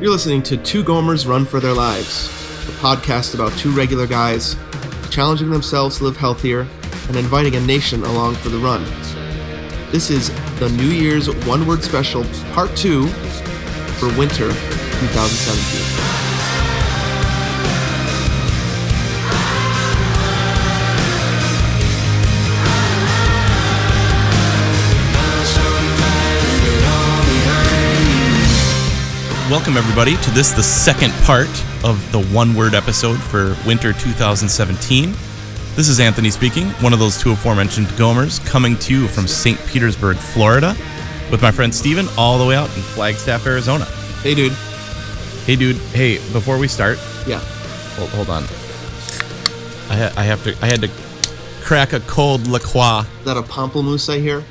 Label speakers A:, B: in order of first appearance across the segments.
A: You're listening to Two Gomers Run for Their Lives, a podcast about two regular guys challenging themselves to live healthier and inviting a nation along for the run. This is the New Year's One Word Special, Part 2 for winter 2017.
B: Welcome, everybody, to this, the second part of the one word episode for winter 2017. This is Anthony speaking, one of those two aforementioned Gomers, coming to you from St. Petersburg, Florida, with my friend Steven, all the way out in Flagstaff, Arizona.
A: Hey, dude.
B: Hey, dude, hey, before we start,
A: Yeah.
B: hold, hold on. I, ha- I have to, I had to crack a cold La Croix.
A: Is that a pamplemousse I hear?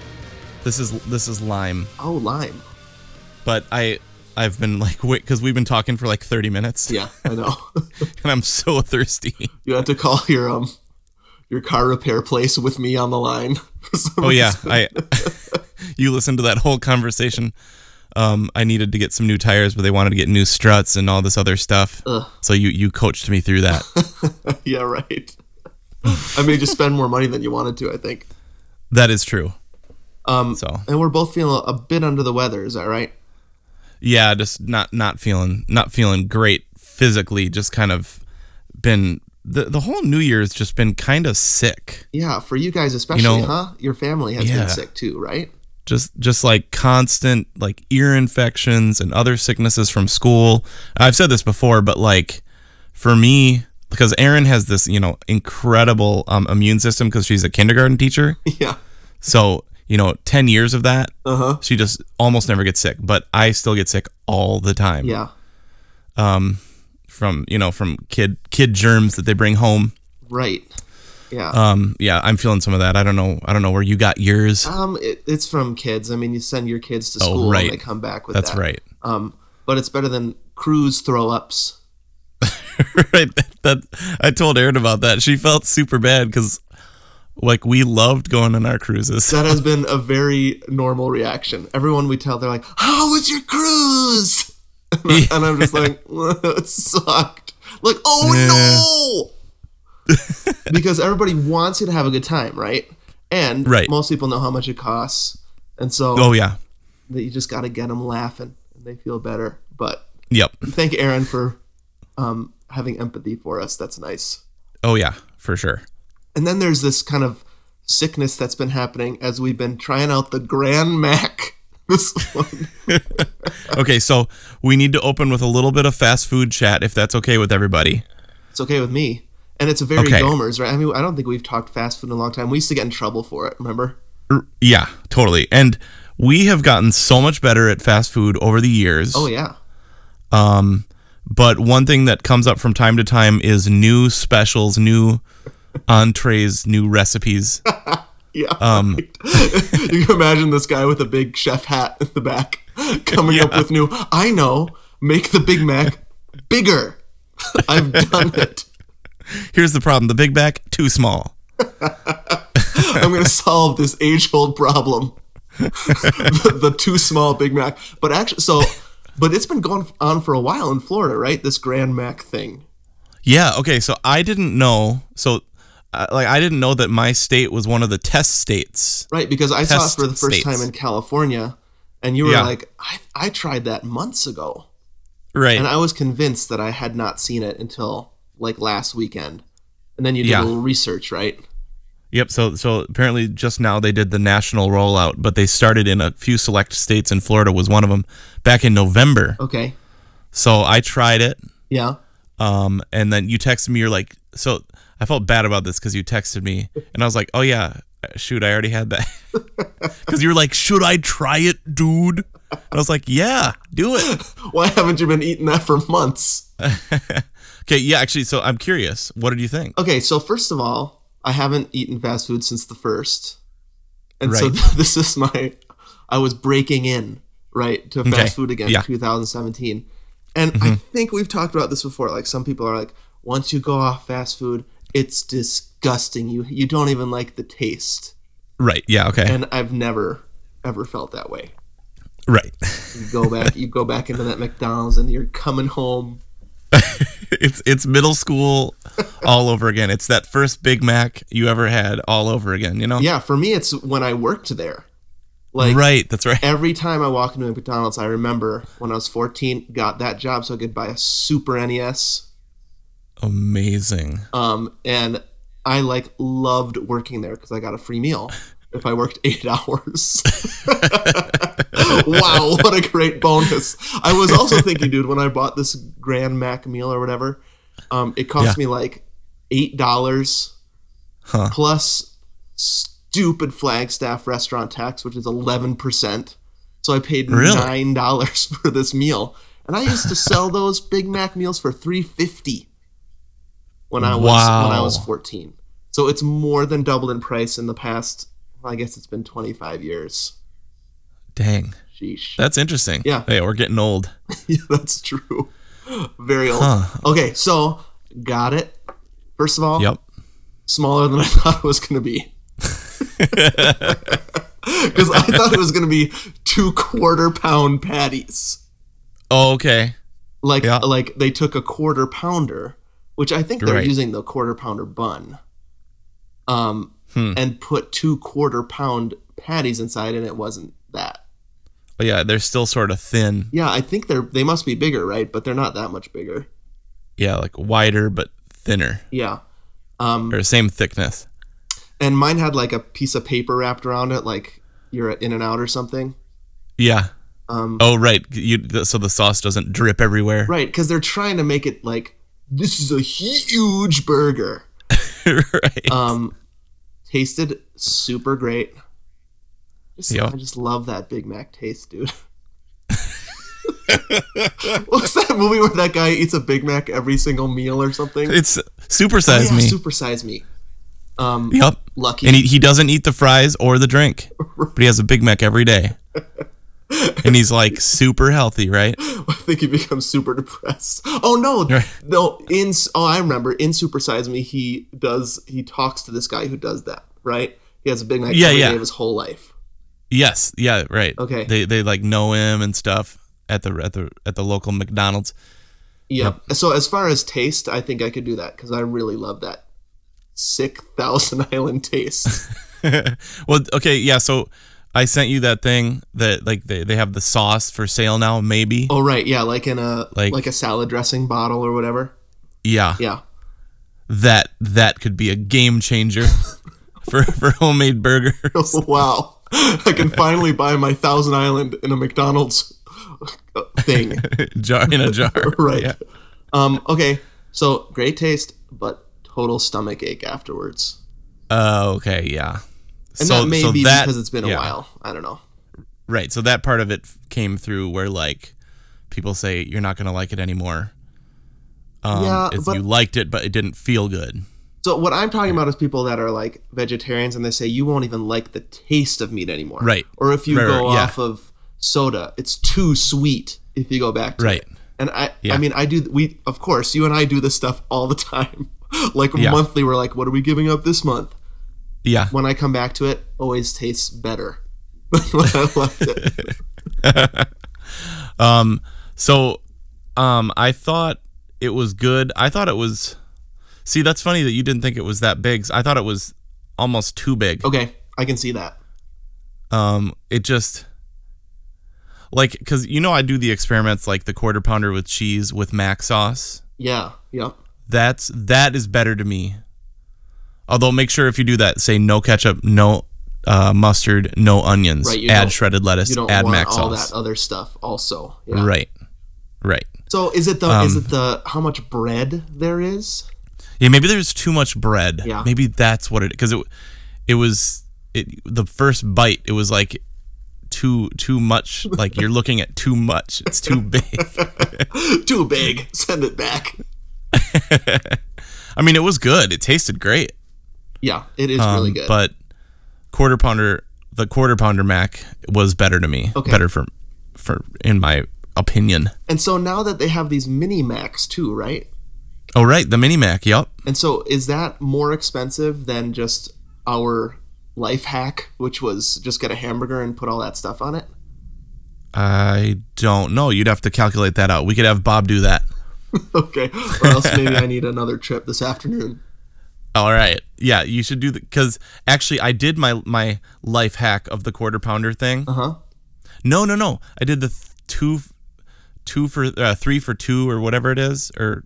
B: This is, this is lime.
A: Oh, lime.
B: But I, I've been like, wait, because we've been talking for like 30 minutes,
A: Yeah, I know.
B: and I'm so thirsty.
A: you have to call your um your car repair place with me on the line. for some
B: Oh yeah,
A: reason.
B: I. you listened to that whole conversation. Um, I needed to get some new tires, but they wanted to get new struts and all this other stuff.
A: Ugh.
B: So you you coached me through that.
A: yeah, right. I made you spend more money than you wanted to, I think.
B: that is true.
A: Um,
B: So
A: and we're both feeling a bit under the weather. Is that right?
B: yeah, just not not feeling not feeling great physically. Just kind of been the the whole New Year's just been kind of sick.
A: Yeah, for you guys especially,
B: know-
A: huh? Your family has
B: Yeah.
A: been sick too, right?
B: just just like constant like ear infections and other sicknesses from school. I've said this before, but like for me, because Erin has this you know incredible um, immune system because she's a kindergarten teacher,
A: Yeah.
B: so you know ten years of that
A: Uh huh.
B: she just almost never gets sick, but I still get sick all the time
A: Yeah.
B: from you know from kid kid germs that they bring home.
A: Right. Yeah.
B: Um, yeah, I'm feeling some of that. I don't know. I don't know where you got yours.
A: Um, it, it's from kids. I mean, you send your kids to school
B: Oh, right.
A: and they come back with
B: That's
A: that.
B: right.
A: Um, but it's better than cruise throw ups.
B: right that, that i told erin about that she felt super bad because like we loved going on our cruises
A: That has been a very normal reaction. Everyone we tell, they're like, "How was your cruise?" And, I, and I'm just like, "It sucked." Like, oh no, because everybody wants you to have a good time, right? And
B: Right.
A: most people know how much it costs, and so
B: oh yeah
A: that you just got to get them laughing, and they feel better. But
B: yep
A: thank Aaron for um, having empathy for us. That's nice.
B: oh yeah for sure
A: And then there's this kind of sickness that's been happening as we've been trying out the Grand Mac. This one.
B: okay so we need to open with a little bit of fast food chat if that's okay with everybody
A: It's okay with me. And it's a very
B: Okay.
A: Gomers, right? I mean, I don't think we've talked fast food in a long time. We used to get in trouble for it, remember?
B: R- yeah totally and we have gotten so much better at fast food over the years
A: Oh, yeah.
B: but one thing that comes up from time to time is new specials new entrees new recipes
A: Yeah. you can imagine this guy with a big chef hat in the back coming up with new, I know, make the Big Mac bigger. I've done it.
B: here's the problem the big mac too small
A: I'm going to solve this age old problem. the, the too small Big Mac. But actually, so, but it's been going on for a while in Florida, right? This Grand Mac thing.
B: Yeah. Okay. So I didn't know. So, uh, like, I didn't know that my state was one of the test states.
A: Right. Because I saw it
B: Test
A: for the first
B: states.
A: time in California, and you were
B: Yeah.
A: like, I, I tried that months ago.
B: Right.
A: And I was convinced that I had not seen it until like last weekend. And then you did
B: Yeah.
A: a little research, right?
B: yep. So, so apparently, just now they did the national rollout, but they started in a few select states, and Florida was one of them back in November.
A: Okay.
B: So I tried it.
A: Yeah.
B: Um, and then you texted me. You're like, so I felt bad about this because you texted me, and I was like, oh yeah, shoot, I already had that. Because you were like, should I try it, dude? And I was like, yeah, do it.
A: Why haven't you been eating that for months?
B: Okay. Yeah. Actually, so I'm curious. What did you think?
A: Okay, so first of all, I haven't eaten fast food since the first, and so
B: Right.
A: this is my. I was breaking in right to fast
B: Okay,
A: food again,
B: yeah. Mm-hmm.
A: 2017, and I think we've talked about this before. Like some people are like, once you go off fast food, it's disgusting. You you don't even like the taste,
B: Right. Yeah. Okay.
A: and I've never ever felt that way.
B: Right.
A: You go back. you go back into that McDonald's, and you're coming home.
B: it's it's middle school all over again. It's that first Big Mac you ever had all over again, you know?
A: Yeah, for me, it's when I worked there. Like
B: right, that's right.
A: every time I walk into a McDonald's, I remember when I was 14, got that job so I could buy a Super E NES.
B: Amazing.
A: Um, and I like loved working there because I got a free meal if I worked eight hours. wow, what a great bonus! I was also thinking, dude, when I bought this Grand Mac meal or whatever, um, it cost
B: Yeah.
A: me like eight dollars
B: Huh.
A: plus stupid Flagstaff restaurant tax, which is eleven percent. So I paid
B: Really?
A: nine dollars for this meal, and I used to sell those Big Mac meals for three fifty when I was when I was
B: Wow.
A: fourteen. So it's more than doubled in price in the past. Well, I guess it's been twenty five years.
B: Dang.
A: Sheesh.
B: That's interesting.
A: Yeah.
B: Yeah, we're getting old.
A: Yeah, that's true. Very old.
B: Huh.
A: Okay, so got it. First of all,
B: Yep.
A: smaller than I thought it was going to be. Because I thought it was going to be two quarter pound patties.
B: Oh, okay.
A: Like,
B: Yeah.
A: like they took a quarter pounder, which I think they're
B: Right.
A: using the quarter pounder bun, um,
B: Hmm.
A: and put two quarter pound patties inside, and it wasn't that.
B: But yeah, they're still sort of thin.
A: Yeah, I think they're they must be bigger, right? But they're not that much bigger.
B: Yeah, like wider but thinner.
A: Yeah. Um,
B: Or same thickness.
A: and mine had like a piece of paper wrapped around it, like you're at In and Out or something.
B: Yeah.
A: Um,
B: Oh, right. You th- so the sauce doesn't drip everywhere.
A: Right, because they're trying to make it like this is a huge burger.
B: Right.
A: Um, tasted super great. Just,
B: Yeah.
A: I just love that Big Mac taste, dude. What's that movie where that guy eats a Big Mac every single meal or something? Oh,
B: it's supersize
A: yeah,
B: me.
A: Super Size Me. Um,
B: yep.
A: Lucky.
B: And he, he doesn't eat the fries or the drink, but he has a Big Mac every day. and he's like super healthy, right?
A: I think he becomes super depressed. Oh no,
B: Right.
A: no. In oh, I remember in Super Size Me, he does he talks to this guy who does that. Right? He has a Big Mac
B: Yeah,
A: every
B: yeah.
A: day of his whole life.
B: Yes, yeah, right.
A: Okay.
B: They they like know him and stuff at the at the at the local McDonald's.
A: Yeah. So as far as taste, I think I could do that because I really love that sick Thousand Island taste.
B: well, okay, yeah. So I sent you that thing that like they, they have the sauce for sale now. Maybe.
A: oh right, yeah, like in a like,
B: Like-
A: a salad dressing bottle or whatever.
B: yeah,
A: Yeah.
B: That that could be a game changer for for homemade burger.
A: Oh, wow. I can finally buy my Thousand Island in a McDonald's thing.
B: jar in a jar.
A: right.
B: Yeah.
A: Um, okay, so great taste, but total stomach ache afterwards.
B: Oh, okay. Yeah.
A: And
B: so
A: that may
B: so
A: be
B: that,
A: because it's been a
B: yeah.
A: while. I don't know.
B: Right. So that part of it f- came through where like people say you're not gonna like it anymore. Um,
A: Yeah,
B: it's-
A: but-
B: you liked it, but it didn't feel good.
A: So what I'm talking about is people that are like vegetarians and they say you won't even like the taste of meat anymore.
B: Right.
A: Or if you
B: Right,
A: go
B: right, yeah.
A: off of soda, it's too sweet if you go back to
B: Right.
A: it. And I I
B: Yeah.
A: mean I do we of course you and I do this stuff all the time. like
B: Yeah.
A: monthly we're like what are we giving up this month?
B: Yeah.
A: When I come back to it, always tastes better than when I left it.
B: So, um, I thought it was good. I thought it was. See, that's funny that you didn't think it was that big. I thought it was almost too big.
A: Okay, I can see that.
B: Um, it just like because you know I do the experiments like the quarter pounder with cheese with mac sauce.
A: Yeah, yeah.
B: That's that is better to me. Although, make sure if you do that, say no ketchup, no uh, mustard, no onions.
A: Right, you
B: add
A: don't-
B: shredded
A: You
B: lettuce.
A: don't
B: Add
A: want
B: mac
A: all
B: sauce.
A: that other stuff also. Yeah.
B: Right, Um, right.
A: So is it the is it the how much bread there is?
B: Yeah, maybe there's too much bread.
A: Yeah.
B: Maybe that's what it because it it was it the first bite it was like too too much like you're looking at too much. It's too big.
A: Too big. Send it back.
B: I mean, it was good. It tasted great.
A: Yeah, it is really good.
B: Um, But quarter pounder the quarter pounder mac was better to me.
A: Okay.
B: Better for for in my opinion.
A: and so now that they have these mini Macs too, right?
B: Oh right, the mini mac. Yep.
A: And so is that more expensive than just our life hack, which was just get a hamburger and put all that stuff on it?
B: I don't know. You'd have to calculate that out. We could have Bob do that.
A: okay. Or else maybe I need another trip this afternoon.
B: All right. Yeah, you should do the because actually I did my my life hack of the quarter pounder thing.
A: Uh huh.
B: No, no, no. I did the th- two, two for uh, three for two or whatever it is, or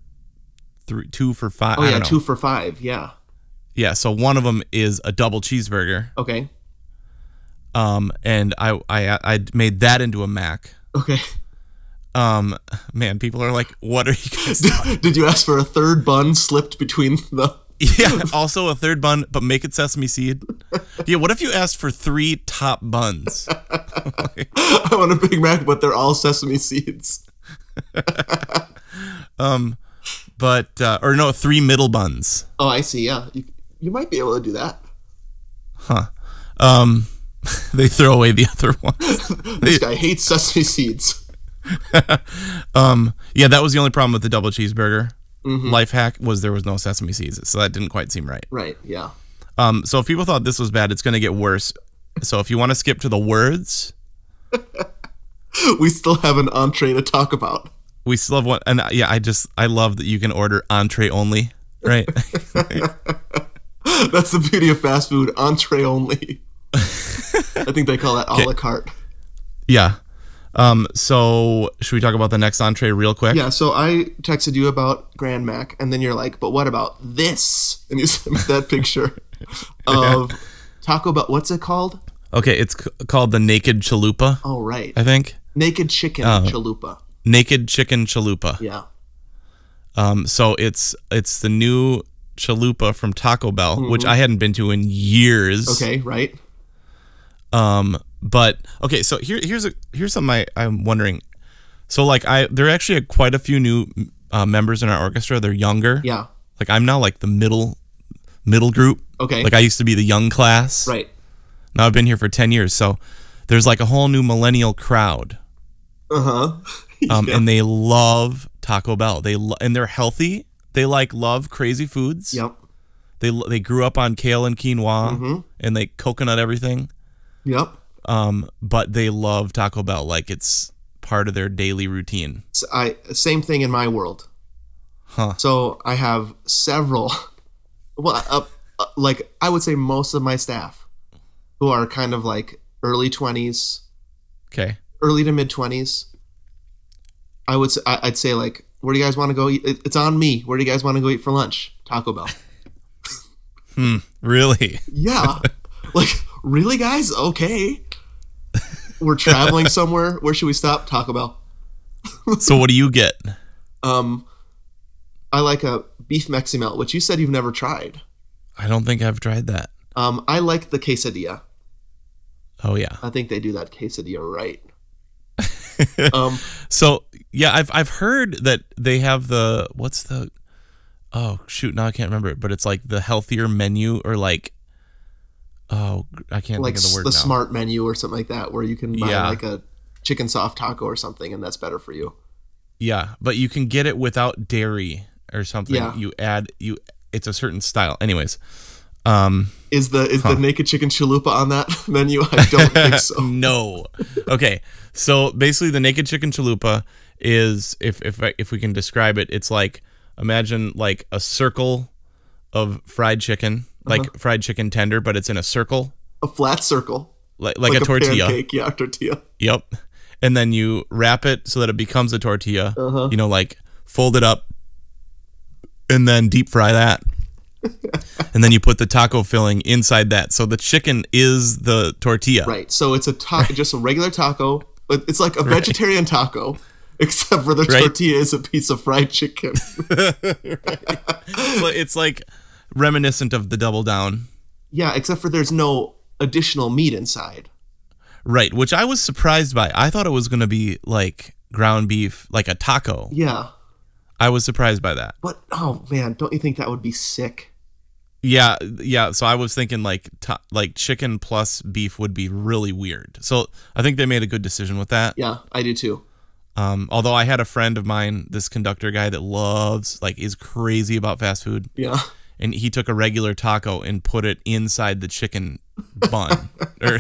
B: three two for five.
A: Oh
B: I
A: yeah,
B: don't know.
A: two for five. Yeah.
B: Yeah. So one of them is a double cheeseburger.
A: Okay.
B: Um, and I I I made that into a mac.
A: Okay.
B: Um, man, people are like, what are you guys? doing?
A: Did you ask for a third bun slipped between the?
B: yeah. Also a third bun, but make it sesame seed. Yeah. What if you asked for three top buns?
A: I want a Big Mac, but they're all sesame seeds.
B: but uh, or no, three middle buns.
A: Oh, I see. Yeah, you, you might be able to do that.
B: Um, they throw away the other ones.
A: This guy hates sesame seeds.
B: Um, yeah, that was the only problem with the double cheeseburger. Life hack was there was no sesame seeds, so that didn't quite seem right.
A: Right. Yeah.
B: Um, so if people thought this was bad, it's going to get worse. So if you want to skip to the words,
A: We still have an entree to talk about.
B: we still have one. And uh, yeah, I just I love that you can order entree only. Right?
A: That's the beauty of fast food: entree only. I think they call that a la carte.
B: yeah. Um, so should we talk about the next entree real quick?
A: Yeah, so I texted you about Grand Mac, and then you're like, "But what about this?" And you sent me that picture of Taco Bell. What's it called?
B: Okay, it's c- called the naked chalupa.
A: Oh, right,
B: I think
A: naked chicken
B: Oh.
A: chalupa.
B: naked chicken chalupa.
A: Yeah,
B: Um, so it's it's the new chalupa from Taco Bell, which I hadn't been to in years.
A: Mm-hmm. okay, right.
B: Um, but okay, so here here's a here's something I, I'm wondering. So like I there are actually quite a few new uh, members in our orchestra. They're younger.
A: Yeah,
B: Like I'm now like the middle middle group.
A: okay,
B: Like I used to be the young class.
A: right.
B: Now I've been here for ten years. So there's like a whole new millennial crowd.
A: Uh huh.
B: Um, and they love Taco Bell. They lo- and they're healthy. They like love crazy foods.
A: Yep. Mm-hmm.
B: They they grew up on kale and quinoa and they coconut everything.
A: Yep.
B: Um, but they love Taco Bell like it's part of their daily routine.
A: So I same thing in my world.
B: Huh.
A: So I have several. Well, uh, uh, like I would say most of my staff, who are kind of like early twenties,
B: Okay.
A: early to mid twenties. I would say, I'd say like, where do you guys want to go eat? It- It's on me. Where do you guys want to go eat for lunch? Taco Bell.
B: Really?
A: Yeah. like really, guys? Okay. We're traveling somewhere. Where should we stop? Taco Bell.
B: so what do you get?
A: Um, I like a beef mexi melt, which you said you've never tried.
B: I don't think I've tried that.
A: Um, I like the quesadilla.
B: Oh yeah.
A: I think they do that quesadilla right. um,
B: So yeah, I've I've heard that they have the what's the oh shoot now I can't remember it, but it's like the healthier menu or like oh I can't
A: like
B: think
A: s-
B: of the
A: the,
B: word now.
A: smart menu or something like that, where you can buy
B: Yeah.
A: like a chicken soft taco or something, and that's better for you.
B: Yeah, but you can get it without dairy or something.
A: Yeah.
B: You add you it's a certain style. Anyways. Um
A: Is the is the naked chicken chalupa on that menu? I don't think so.
B: no. Okay. So basically the naked chicken chalupa is if if I- if we can describe it, it's like imagine like a circle of fried chicken,
A: Uh-huh.
B: like fried chicken tender, but it's in a circle,
A: A flat circle,
B: like like, a, tortilla.
A: pancake, yeah, tortilla.
B: Yep. And then you wrap it so that it becomes a tortilla.
A: Uh-huh.
B: You know, like fold it up and then deep fry that. and then you put the taco filling inside that. So the chicken is the tortilla.
A: Right. So it's a ta- just a regular taco. It- It's like a vegetarian taco, except for the
B: Right.
A: tortilla is a piece of fried chicken.
B: So it's like reminiscent of the double down.
A: yeah, except for there's no additional meat inside.
B: Right, which I was surprised by. I thought it was going to be like ground beef, like a taco.
A: Yeah.
B: I was surprised by that.
A: But oh man, don't you think that would be sick?
B: Yeah, yeah. So I was thinking like ta- like chicken plus beef would be really weird. So I think they made a good decision with that.
A: Yeah, I do too.
B: Um, although I had a friend of mine, this conductor guy that loves like is crazy about fast food,
A: Yeah.
B: and he took a regular taco and put it inside the chicken bun. or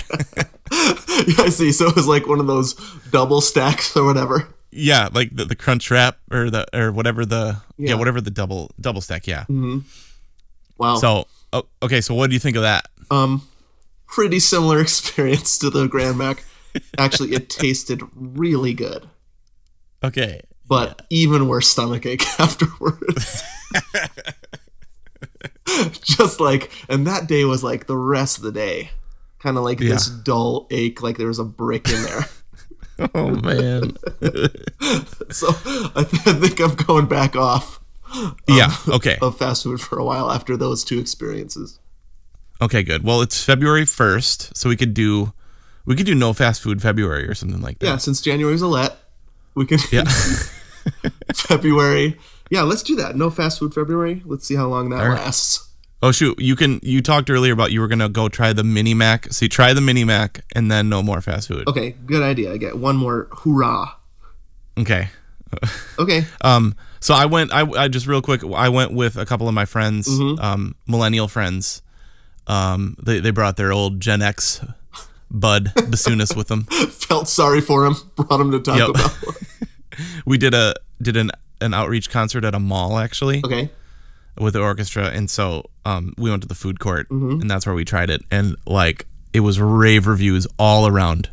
A: yeah, I see. So it was like one of those double stacks or whatever.
B: Yeah, like the, the crunch wrap or the or whatever the yeah.
A: Yeah.
B: whatever the double double stack. Yeah.
A: Mm-hmm. Wow.
B: So oh, okay, so what do you think of that?
A: um, pretty similar experience to the Grand Mac. Actually, it tasted really good,
B: Okay.
A: but even worse stomachache afterwards. Just like, and that day was like the rest of the day, kind of like this dull ache, like there was a brick in there.
B: Oh man.
A: so I, th- I think I'm going back off
B: yeah. Okay.
A: of fast food for a while after those two experiences.
B: Okay, good. Well, it's February 1st, so we could do we could do no fast food February or something like
A: Yeah,
B: that.
A: since January's a let, we can
B: Yeah.
A: February. Yeah, let's do that. No fast food February. Let's see how long that
B: right.
A: lasts.
B: oh shoot, you can you talked earlier about you were going to go try the mini mac. So you try the mini mac and then no more fast food.
A: Okay, good idea. I get one more hoorah.
B: Okay.
A: Okay.
B: Um so I went I, I just real quick I went with a couple of my friends, um millennial friends. Um they they brought their old Gen X bud Basunas with them.
A: Felt sorry for him. Brought him to Taco
B: Yep.
A: Bell.
B: We did a did an an outreach concert at a mall actually.
A: Okay.
B: with the orchestra and so um, we went to the food court and that's where we tried it and like it was rave reviews all around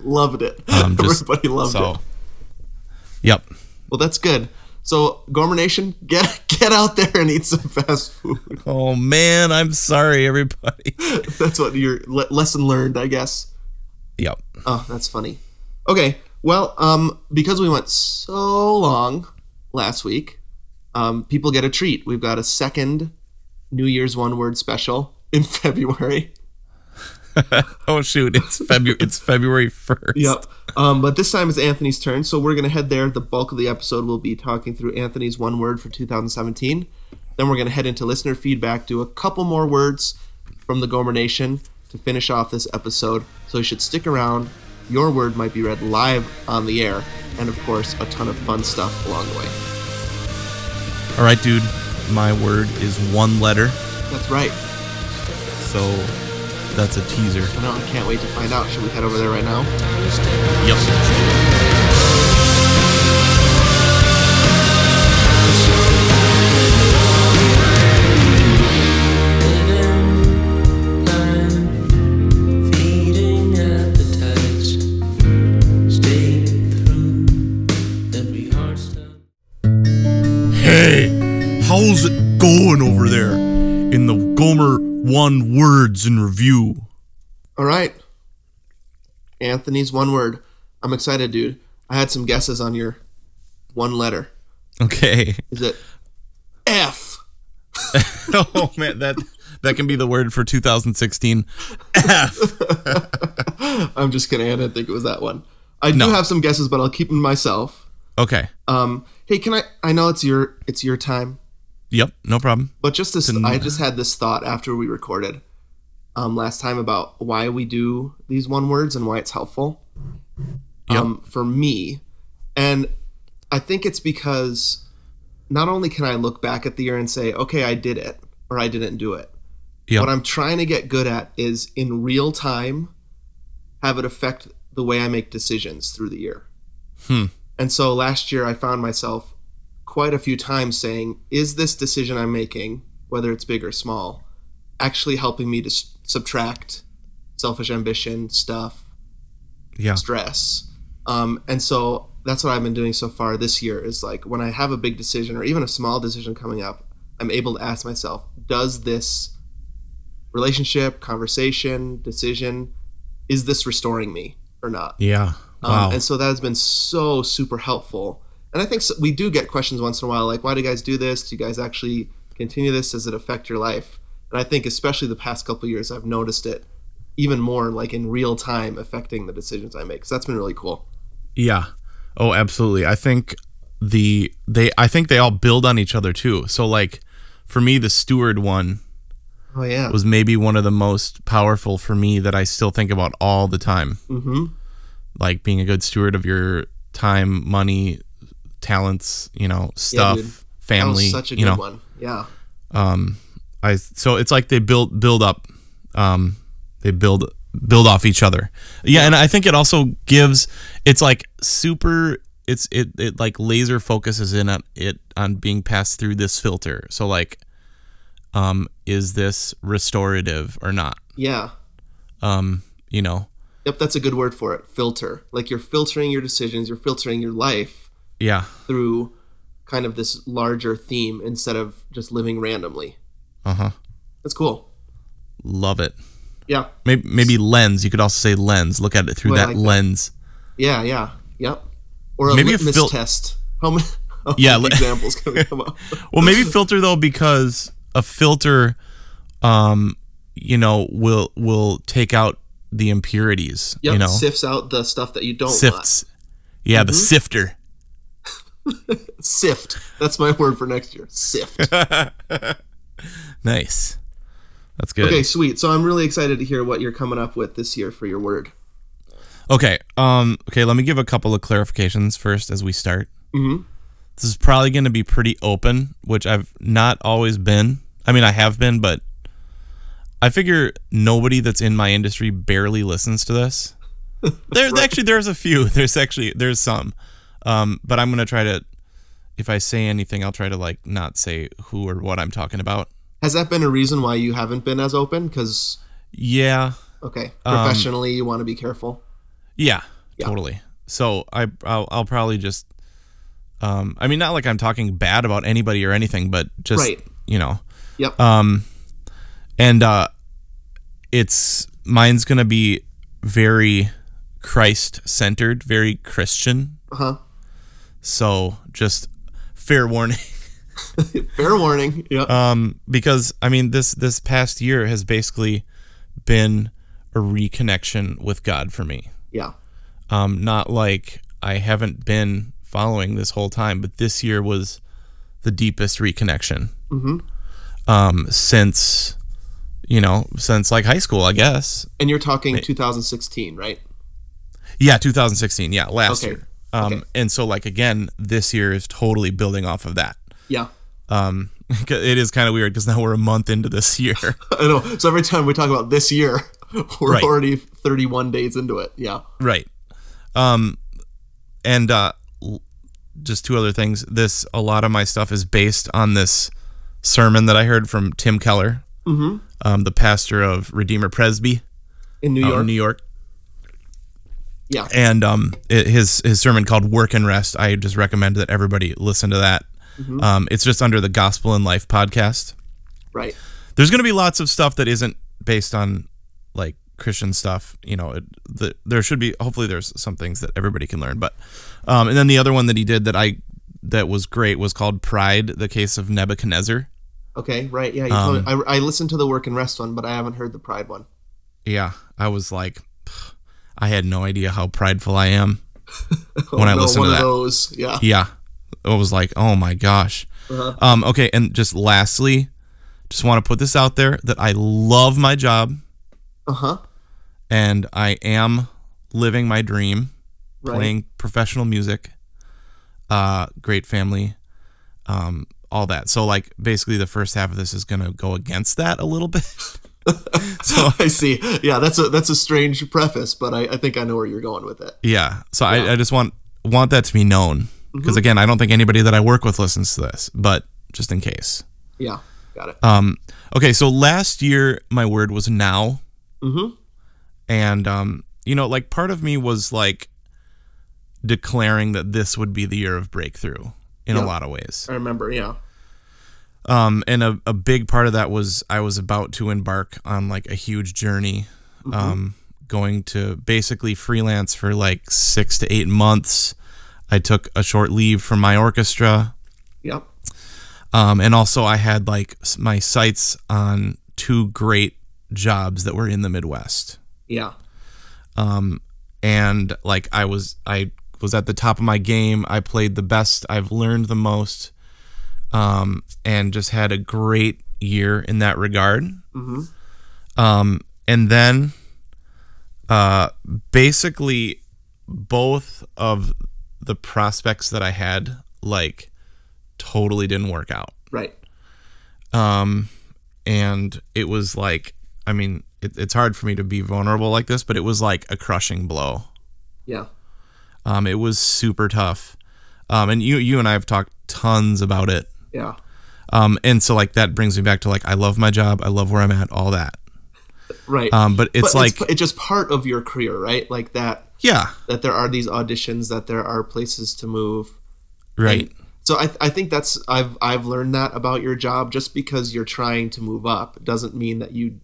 A: Loved it.
B: Um, just-
A: Everybody loved
B: so
A: it.
B: yep
A: Well, that's good. So, Gourmet Nation, get get out there and eat some fast food.
B: oh man i'm sorry everybody
A: That's what your le- lesson learned, I guess.
B: yep
A: Oh, that's funny. Okay. Well, um, because we went so long last week, um, people get a treat. We've got a second New Year's one word special in February.
B: oh shoot it's february it's february 1st
A: Yep. Um, but this time it's Anthony's turn, so we're gonna head there. The bulk of the episode will be talking through Anthony's one word for 2017. Then we're gonna head into listener feedback, do a couple more words from the Gomer Nation to finish off this episode. So you should stick around. Your word might be read live on the air, and of course, a ton of fun stuff along the way.
B: all right dude my word is one letter
A: That's right.
B: so that's a teaser
A: I know. I can't wait to find out. Should we head over there right now?
B: yep Hey, how's it going over there in the Gomer One Words in Review?
A: All right. Anthony's one word. I'm excited, dude. I had some guesses on your one letter.
B: Okay.
A: Is it F?
B: Oh man, that that can be the word for 2016. F.
A: I'm just kidding. I didn't think it was that one. I
B: No.
A: do have some guesses, but I'll keep them myself.
B: Okay.
A: Um, hey, can I? I know it's your it's your time,
B: Yep. No problem.
A: but just this. I just had this thought after we recorded um, last time about why we do these one words and why it's helpful um, for me, and I think it's because not only can I look back at the year and say, okay, I did it or I didn't do it.
B: Yep.
A: What I'm trying to get good at is in real time have it affect the way I make decisions through the year.
B: Hmm.
A: And so last year I found myself quite a few times saying, is this decision I'm making, whether it's big or small, actually helping me to s- subtract selfish ambition stuff,
B: Yeah.
A: stress. Um, and so that's what I've been doing so far this year is like when I have a big decision or even a small decision coming up, I'm able to ask myself, does this relationship, conversation, decision, is this restoring me or not?
B: Yeah. Wow.
A: Um, and so that has been so super helpful. And I think so, we do get questions once in a while like, why do you guys do this? Do you guys actually continue this? Does it affect your life? And I think, especially the past couple of years, I've noticed it even more like in real time affecting the decisions I make. So that's been really cool.
B: Yeah. Oh, absolutely. I think the they I think they all build on each other too. So like for me the steward one
A: Oh, yeah.
B: was maybe one of the most powerful for me that I still think about all the time.
A: Mm-hmm.
B: like being a good steward of your time, money, talents, you know, stuff,
A: dude. That
B: family,
A: was such a
B: you
A: good
B: know.
A: one. Yeah.
B: Um I so it's like they build build up um they build build off each other. Yeah, and I think it also gives it's like super it's it it like laser focuses in on it on being passed through this filter. So like um is this restorative or not?
A: Yeah.
B: Um, you know.
A: Yep, that's a good word for it. Filter. Like you're filtering your decisions, you're filtering your life
B: Yeah.
A: through kind of this larger theme instead of just living randomly.
B: Uh-huh.
A: That's cool.
B: Love it.
A: Yeah.
B: Maybe, maybe lens. You could also say lens. Look at it through
A: Well, I
B: that
A: like that.
B: lens.
A: Yeah, yeah. Yep. Or a
B: Maybe a
A: litmus
B: fil-
A: test. How many, how
B: Yeah,
A: many
B: li-
A: examples can we come up? with?
B: Well, maybe filter though because a filter, um, you know, will will take out the impurities.
A: Yep,
B: you know,
A: sifts out the stuff that you don't want.
B: sifts. Yeah,
A: Mm-hmm.
B: the sifter.
A: Sift. That's my word for next year. Sift.
B: Nice. That's good.
A: Okay,
B: Okay.
A: sweet. So I'm really excited to hear what you're coming up with this year for your word.
B: Um. Okay. Let me give a couple of clarifications first as we start.
A: Mhm.
B: This is probably going to be pretty open, which I've not always been. I mean, I have been, but I figure nobody that's in my industry barely listens to this. There's actually there's a few. There's actually there's some, um, but I'm gonna try to. If I say anything, I'll try to like not say who or what I'm talking about.
A: Has that been a reason why you haven't been as open? Because
B: Yeah,
A: okay,
B: Um,
A: professionally you want to be careful.
B: Yeah, totally. So I I'll, I'll probably just um I mean not like I'm talking bad about anybody or anything, but just
A: Right.
B: you know.
A: Yep.
B: Um and uh it's mine's going to be very Christ centered, very Christian.
A: Uh-huh.
B: So just fair warning
A: Fair warning. Yep.
B: um because I mean this this past year has basically been a reconnection with God for me.
A: yeah.
B: um, not like I haven't been following this whole time, but this year was the deepest reconnection
A: Mhm.
B: um, since you know since like high school, I guess.
A: And you're talking 2016, right?
B: Yeah, 2016. Yeah, last
A: Okay.
B: year. Um,
A: Okay.
B: And so like again, this year is totally building off of that.
A: Yeah.
B: Um, it is kind of weird because now we're a month into this year.
A: I know. So every time we talk about this year, we're
B: Right.
A: already 31 days into it. Yeah.
B: Right. Um, and uh, l- just two other things. This a lot of my stuff is based on this sermon that I heard from Tim Keller,
A: Mhm.
B: um, the pastor of Redeemer Presby
A: In New
B: out
A: York.
B: in New York.
A: Yeah.
B: And um, it, his his sermon called "Work and Rest." I just recommend that everybody listen to that.
A: Mm-hmm.
B: Um, it's just under the Gospel and Life podcast.
A: right.
B: There's going to be lots of stuff that isn't based on like Christian stuff. You know, it, the, there should be. Hopefully, there's some things that everybody can learn. But um, and then the other one that he did that I that was great was called Pride: The Case of Nebuchadnezzar.
A: Okay. Right. Yeah. You
B: Um,
A: told me. I, I listened to the work and rest one, but I haven't heard the pride one.
B: Yeah, I was like, I had no idea how prideful I am. When I
A: no,
B: listened
A: one
B: to
A: of
B: that.
A: those. Yeah.
B: Yeah, I was like, oh my gosh.
A: Uh-huh.
B: Um, okay, and just lastly, just want to put this out there that I love my job
A: Uh huh.
B: and I am living my dream.
A: Right.
B: playing professional music, uh, great family, um, all that. So like basically the first half of this is gonna go against that a little bit. so
A: I see. Yeah, that's a that's a strange preface, but I, I think I know where you're going with it.
B: yeah. So I, I just want want that to be known.
A: Mm-hmm.
B: Because again, I don't think anybody that I work with listens to this, but just in case.
A: Yeah, got it.
B: Um, okay, so last year my word was now,
A: Mm-hmm.
B: and um, you know, like part of me was like declaring that this would be the year of breakthrough in
A: Yeah.
B: a lot of ways.
A: I remember. Yeah.
B: um and a, a big part of that was i was about to embark on like a huge journey um going to basically freelance for like six to eight months i took a short leave from my orchestra
A: Yep.
B: um and also i had like s- my sights on two great jobs that were in the midwest
A: Yeah.
B: and like I was I was at the top of my game. I played the best. I've learned the most, um, and just had a great year in that regard.
A: mm-hmm,
B: Um, and then, uh, basically, both of the prospects that I had like totally didn't work out
A: Right.
B: um and it was like i mean it, it's hard for me to be vulnerable like this, but it was like a crushing blow.
A: Yeah.
B: Um, it was super tough. Um, and you you and I have talked tons about it.
A: Yeah.
B: Um, and so like that brings me back to like I love my job, I love where I'm at, all that.
A: Right.
B: Um, but it's
A: But
B: like
A: it's, just part of your career, right? Like that
B: yeah,
A: that there are these auditions, that there are places to move.
B: right,
A: So I, I think that's I've I've learned that about your job. Just because you're trying to move up doesn't mean that you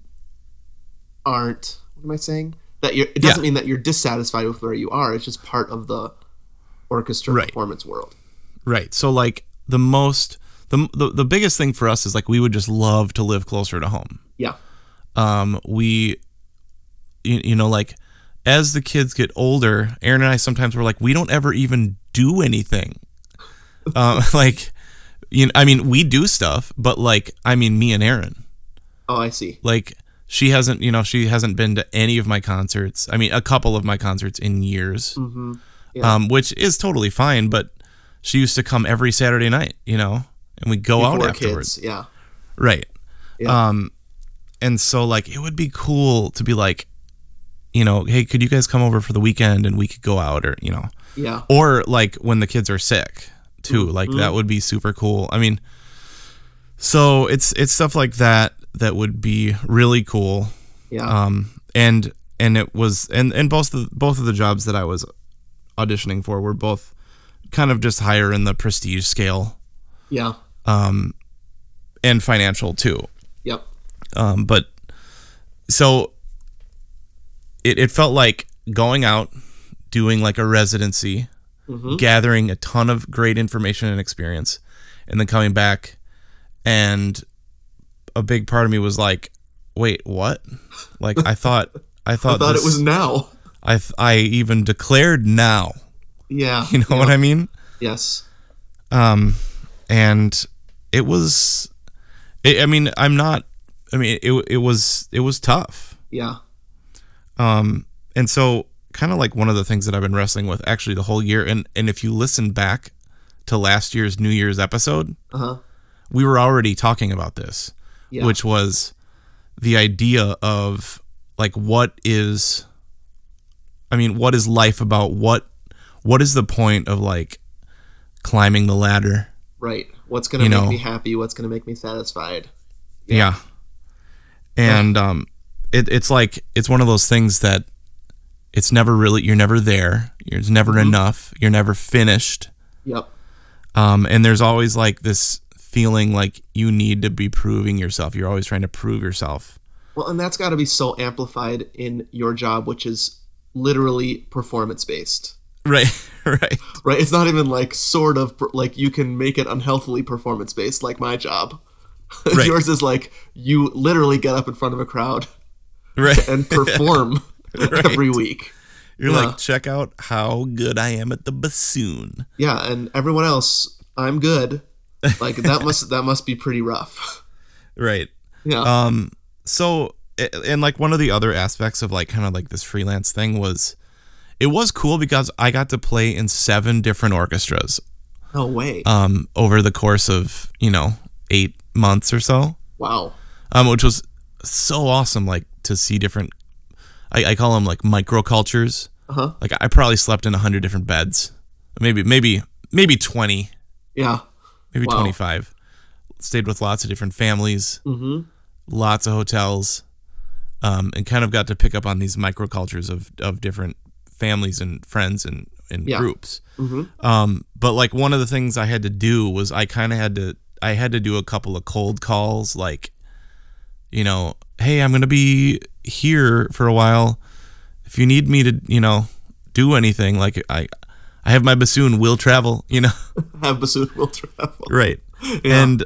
A: aren't. What am I saying? That you're. It doesn't
B: Yeah.
A: mean that you're dissatisfied with where you are. It's just part of the orchestra
B: Right.
A: performance world.
B: right. So like the most the, the the biggest thing for us is like we would just love to live closer to home.
A: Yeah.
B: um, we, you, you know, like as the kids get older, Aaron and I sometimes were like, we don't ever even do anything. um, like, you know, I mean, we do stuff, but like, I mean, me and Aaron,
A: Oh, I see.
B: like she hasn't, you know, she hasn't been to any of my concerts. I mean, a couple of my concerts in years,
A: Mm-hmm.
B: um, which is totally fine, but she used to come every Saturday night, you know, and we go out
A: Before
B: afterwards.
A: kids. Yeah.
B: Right.
A: Yeah.
B: Um and so like it would be cool to be like you know, hey, could you guys come over for the weekend and we could go out or you know,
A: Yeah.
B: or like when the kids are sick too.
A: Mm-hmm.
B: Like that would be super cool. I mean, so it's it's stuff like that that would be really cool.
A: Yeah.
B: Um and and it was and and both the both of the jobs that I was auditioning for were both kind of just higher in the prestige scale um,
A: yeah.
B: and financial too.
A: Yep.
B: Um, but so it, it felt like going out, doing like a residency,
A: Mm-hmm.
B: gathering a ton of great information and experience, and then coming back. And a big part of me was like, wait, what? Like, I thought, I thought,
A: I thought
B: oh, this-
A: it was now.
B: I, th- I even declared now.
A: Yeah.
B: You know what I mean?
A: Yes.
B: um and it was i i mean i'm not i mean it, it was it was tough
A: Yeah.
B: um and so kind of like one of the things that i've been wrestling with actually the whole year and and if you listen back to last year's new year's episode
A: Uh huh.
B: we were already talking about this
A: Yeah.
B: which was the idea of like what is i mean what is life about what what is the point of like climbing the ladder
A: Right. What's gonna
B: You
A: make
B: know.
A: me happy? What's gonna make me satisfied?
B: Yeah. And um it, it's like it's one of those things that it's never really you're never there. You're it's never
A: Mm-hmm.
B: enough. You're never finished.
A: Yep.
B: Um and there's always like this feeling like you need to be proving yourself. You're always trying to prove yourself.
A: Well, and that's got to be so amplified in your job, which is literally performance based,
B: Right. right.
A: right? It's not even like sort of per- like you can make it unhealthily performance based, like my job.
B: Right.
A: Yours is like you literally get up in front of a crowd
B: Right.
A: and perform every week.
B: You're
A: yeah.
B: like check out how good I am at the bassoon.
A: Yeah, and everyone else, I'm good. Like that must that must be pretty rough.
B: Right.
A: Yeah.
B: Um, so a- and like one of the other aspects of like kind of like this freelance thing was it was cool because I got to play in seven different orchestras
A: no way.
B: um over the course of, you know, 8 months or so.
A: wow.
B: Um which was so awesome like to see different I, I call them like microcultures.
A: Uh-huh.
B: Like I probably slept in 100 different beds. Maybe maybe maybe 20,
A: Yeah.
B: maybe
A: Wow.
B: 25. Stayed with lots of different families.
A: hmm
B: lots of hotels, um, and kind of got to pick up on these microcultures of of different families and friends and and
A: Yeah.
B: groups.
A: hmm
B: Um, but like one of the things I had to do was I kind of had to I had to do a couple of cold calls, like, you know, hey, I'm gonna be here for a while. If you need me to, you know, do anything, like I, I have my bassoon. Will travel, you know,
A: Have bassoon will travel.
B: right?
A: Yeah.
B: And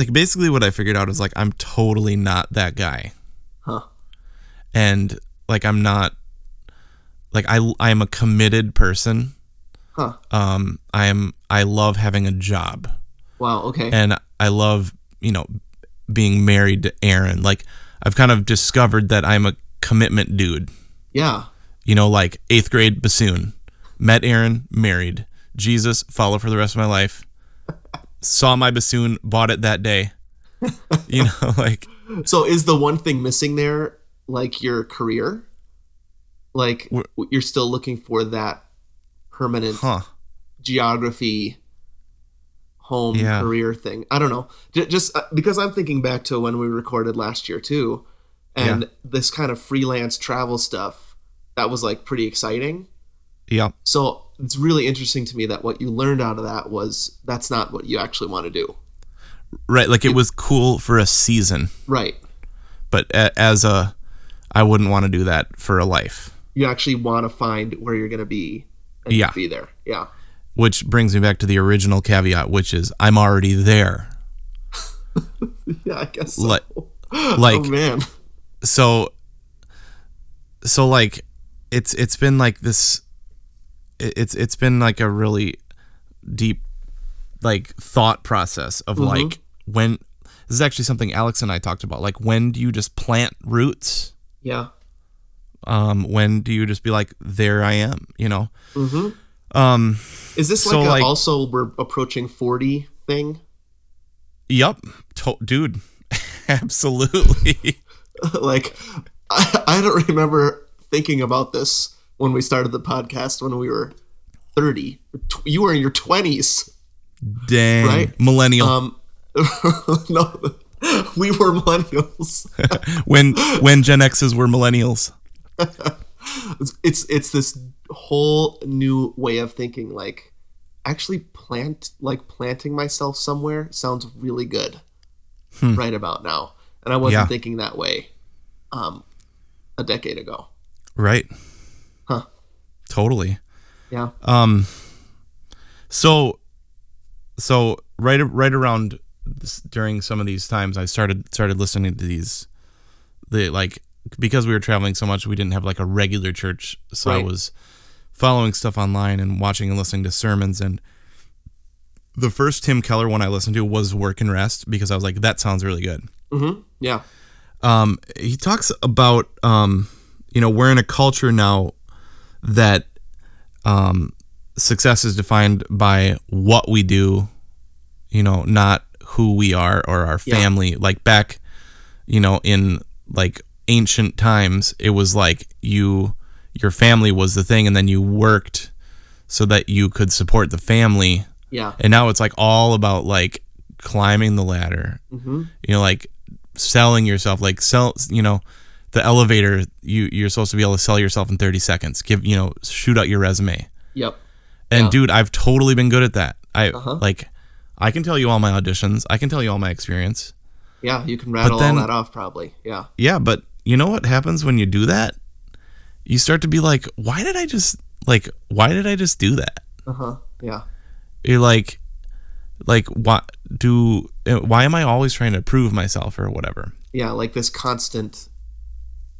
B: like basically what I figured out is like I'm totally not that guy
A: Huh.
B: and like I'm not like I I am a committed person.
A: Huh.
B: Um I am I love having a job
A: Wow. Okay.
B: and I love, you know, being married to Aaron. Like I've kind of discovered that I'm a commitment dude.
A: yeah.
B: You know, like 8th grade bassoon. Met Aaron, married. Jesus, follow for the rest of my life. Saw my bassoon, bought it that day. You know, like
A: So is the one thing missing there like your career. Like
B: Wh-
A: you're still looking for that permanent
B: Huh.
A: geography home
B: Yeah.
A: career thing i don't know J- just uh, because i'm thinking back to when we recorded last year too and this kind of freelance travel stuff that was like pretty exciting
B: Yeah.
A: so it's really interesting to me that what you learned out of that was that's not what you actually want to do
B: Right. Like it was cool for a season,
A: right
B: but a- as a, I wouldn't want to do that for a life.
A: you actually want to find where you're going to be and
B: Yeah.
A: be there yeah
B: Which brings me back to the original caveat, which is I'm already there.
A: yeah i guess so.
B: Like,
A: oh
B: like
A: man
B: so so like it's it's been like this it- it's it's been like a really deep like thought process of
A: Mm-hmm.
B: like when this is actually something Alex and I talked about like when do you just plant roots
A: yeah
B: um when do you just be like there I am you know
A: Mhm.
B: um
A: is this like,
B: So,
A: a,
B: like-
A: also we're approaching 40 thing
B: yep to- dude absolutely
A: like I, I don't remember thinking about this when we started the podcast when we were 30 Tw- you were in your 20s
B: dang
A: Right?
B: millennial
A: um no we were millennials
B: when when Gen X's were millennials
A: it's, it's it's this whole new way of thinking like actually plant like planting myself somewhere sounds really good
B: Hmm.
A: right about now and i wasn't
B: Yeah.
A: thinking that way um a decade ago
B: right
A: Huh.
B: totally
A: yeah
B: Um. So, so right right around this, during some of these times, I started started listening to these, the like because we were traveling so much, we didn't have like a regular church, so I
A: Right.
B: was following stuff online and watching and listening to sermons and. The first Tim Keller one I listened to was Work and Rest because I was like, that sounds really good
A: mm-hmm. yeah
B: um, he talks about um, you know we're in a culture now that um, success is defined by what we do you know not who we are or our
A: Yeah.
B: family like back you know in like ancient times it was like you your family was the thing and then you worked so that you could support the family
A: yeah
B: and now it's like all about like climbing the ladder
A: mm-hmm.
B: you know like selling yourself like sell you know the elevator you you're supposed to be able to sell yourself in 30 seconds give you know shoot out your resume
A: yep
B: and
A: Yeah.
B: dude i've totally been good at that i
A: Uh-huh.
B: like i can tell you all my auditions i can tell you all my experience
A: Yeah, you can rattle
B: then-
A: all that off probably. Yeah.
B: yeah but you know what happens when you do that you start to be like why did i just like why did i just do that
A: Uh huh. Yeah.
B: you're like like why do eh, why am i always trying to prove myself or whatever
A: Yeah. Like this constant,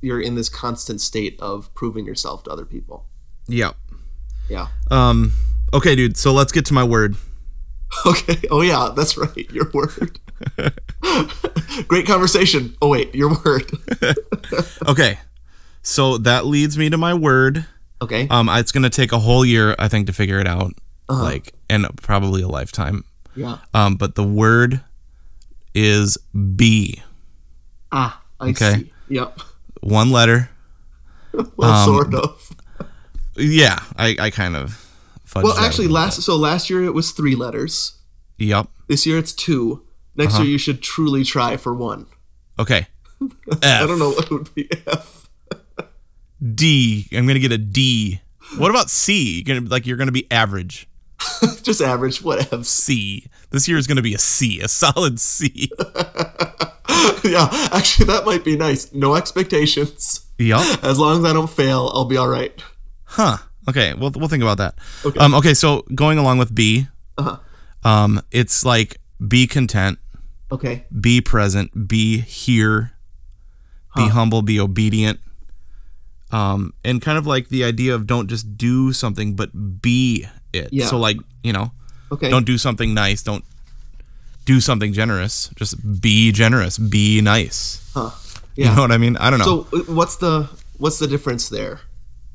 A: you're in this constant state of proving yourself to other people.
B: yeah
A: Yeah.
B: um okay dude so let's get to my word
A: Okay. Oh, yeah. That's right. Your word. Great conversation. Oh, wait. Your word.
B: Okay. So that leads me to my word.
A: Okay.
B: Um, it's gonna take a whole year, I think, to figure it out.
A: Uh-huh.
B: Like, and probably a lifetime.
A: Yeah.
B: Um, but the word is B.
A: Ah, I
B: Okay.
A: see. Yep.
B: One letter.
A: Well,
B: Um,
A: sort of.
B: Yeah, I, I kind of fudged.
A: Well,
B: that a
A: actually,
B: little
A: last so last year it was three letters.
B: bit. Yup.
A: This year it's two. Next
B: Uh-huh.
A: year you should truly try for one.
B: Okay.
A: I
B: F
A: don't know what would be F.
B: D. I'm gonna get a D. What about C? You're gonna like you're gonna be average.
A: Just average. What F's?
B: C. This year is gonna be a C, a solid C.
A: yeah, actually, that might be nice. No expectations.
B: yup.
A: As long as I don't fail, I'll be all right.
B: Huh. Okay. We'll we'll think about that.
A: Okay.
B: Um. Okay. So going along with B,
A: Uh-huh.
B: um, it's like be content,
A: Okay.
B: be present, be here, be humble, be obedient. Um, and kind of like the idea of don't just do something, but be it.
A: Yeah.
B: So like you know,
A: Okay.
B: don't do something nice. Don't do something generous. Just be generous. Be nice.
A: Huh.
B: You
A: Yeah.
B: know what I mean? I don't know.
A: So, uh, what's the what's the difference there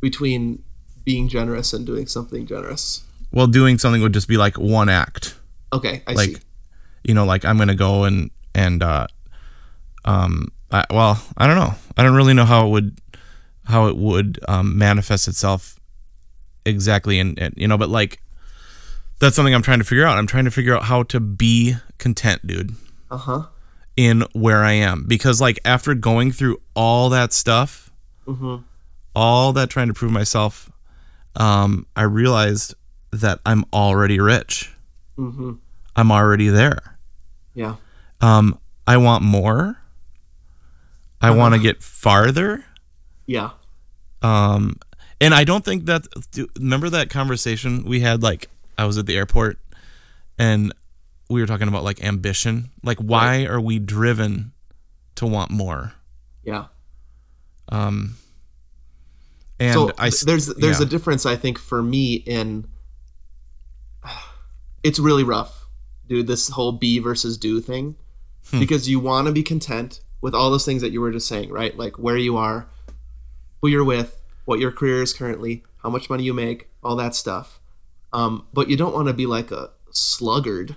A: between being generous and doing something generous?
B: well, doing something would just be like one act.
A: Okay, I see.
B: like you know like i'm gonna go and and uh um I, well, I don't know. I don't really know how it would how it would um, manifest itself exactly, and you know, but like that's something I'm trying to figure out. I'm trying to figure out how to be content, dude,
A: Uh huh.
B: in where I am because like after going through all that stuff,
A: Mm-hmm.
B: all that trying to prove myself, um, I realized that I'm already rich.
A: Mm-hmm.
B: I'm already there.
A: Yeah.
B: um, I want more. I
A: Uh-huh.
B: want to get farther.
A: Yeah.
B: Um, and I don't think that. do- Remember that conversation we had? Like, I was at the airport and we were talking about like ambition. Like, why are we driven to want more?
A: Yeah.
B: Um, and
A: so
B: I,
A: th-
B: s-
A: there's there's
B: yeah.
A: a difference I think for me in it's really rough, dude. This whole be versus do thing,
B: Hmm.
A: because you want to be content with all those things that you were just saying, right? Like where you are, who you're with, what your career is currently, how much money you make, all that stuff. Um, but you don't want to be like a sluggard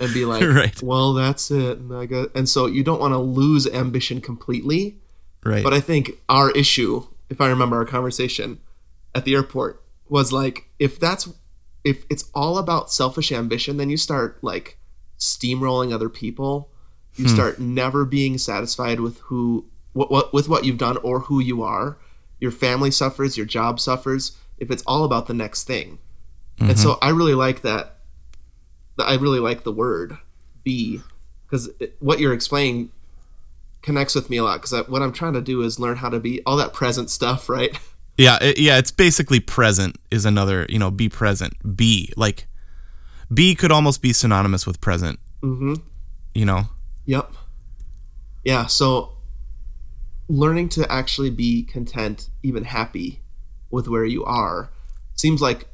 A: and be like,
B: Right.
A: well, that's it, and I got, and so you don't want to lose ambition completely.
B: right.
A: But I think our issue, if I remember our conversation at the airport, was like if that's if it's all about selfish ambition, then you start like steamrolling other people. You start never being satisfied with who what, what with what you've done or who you are. Your family suffers, your job suffers if it's all about the next thing. And so I really like that I really like the word be because what you're explaining connects with me a lot because what I'm trying to do is learn how to be all that present stuff, right?
B: Yeah, it, yeah, it's basically present is another, you know, be present. Be like be could almost be synonymous with present,
A: Mm-hmm.
B: you know.
A: Yep. Yeah. So learning to actually be content, even happy with where you are, seems like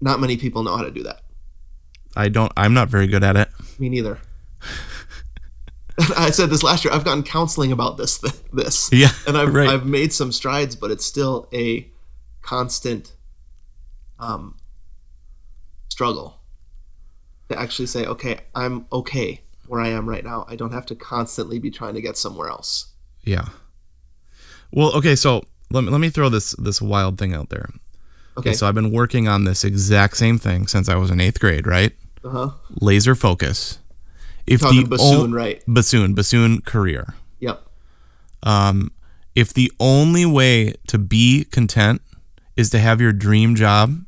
A: not many people know how to do that.
B: I don't I'm not very good at it.
A: Me neither. I said this last year. I've gotten counseling about this. This.
B: Yeah.
A: and I've,
B: right.
A: I've made some strides, but it's still a constant um, struggle to actually say, okay, I'm okay where I am right now. I don't have to constantly be trying to get somewhere else.
B: yeah. Well, okay, so let me, let me throw this this wild thing out there.
A: Okay.
B: Okay, so I've been working on this exact same thing since I was in 8th grade, right?
A: uh-huh.
B: Laser focus. If
A: Talking
B: ol-
A: bassoon, right?
B: bassoon, bassoon career.
A: Yep.
B: Um if the only way to be content is to have your dream job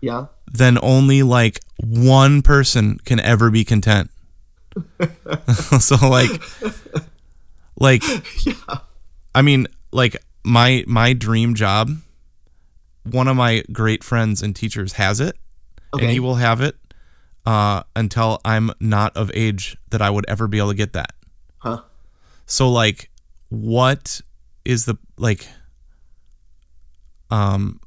A: Yeah.
B: then only like one person can ever be content. so like like I mean like my my dream job one of my great friends and teachers has it
A: Okay.
B: and he will have it uh, until I'm not of age that I would ever be able to get that.
A: Huh.
B: So like what is the like um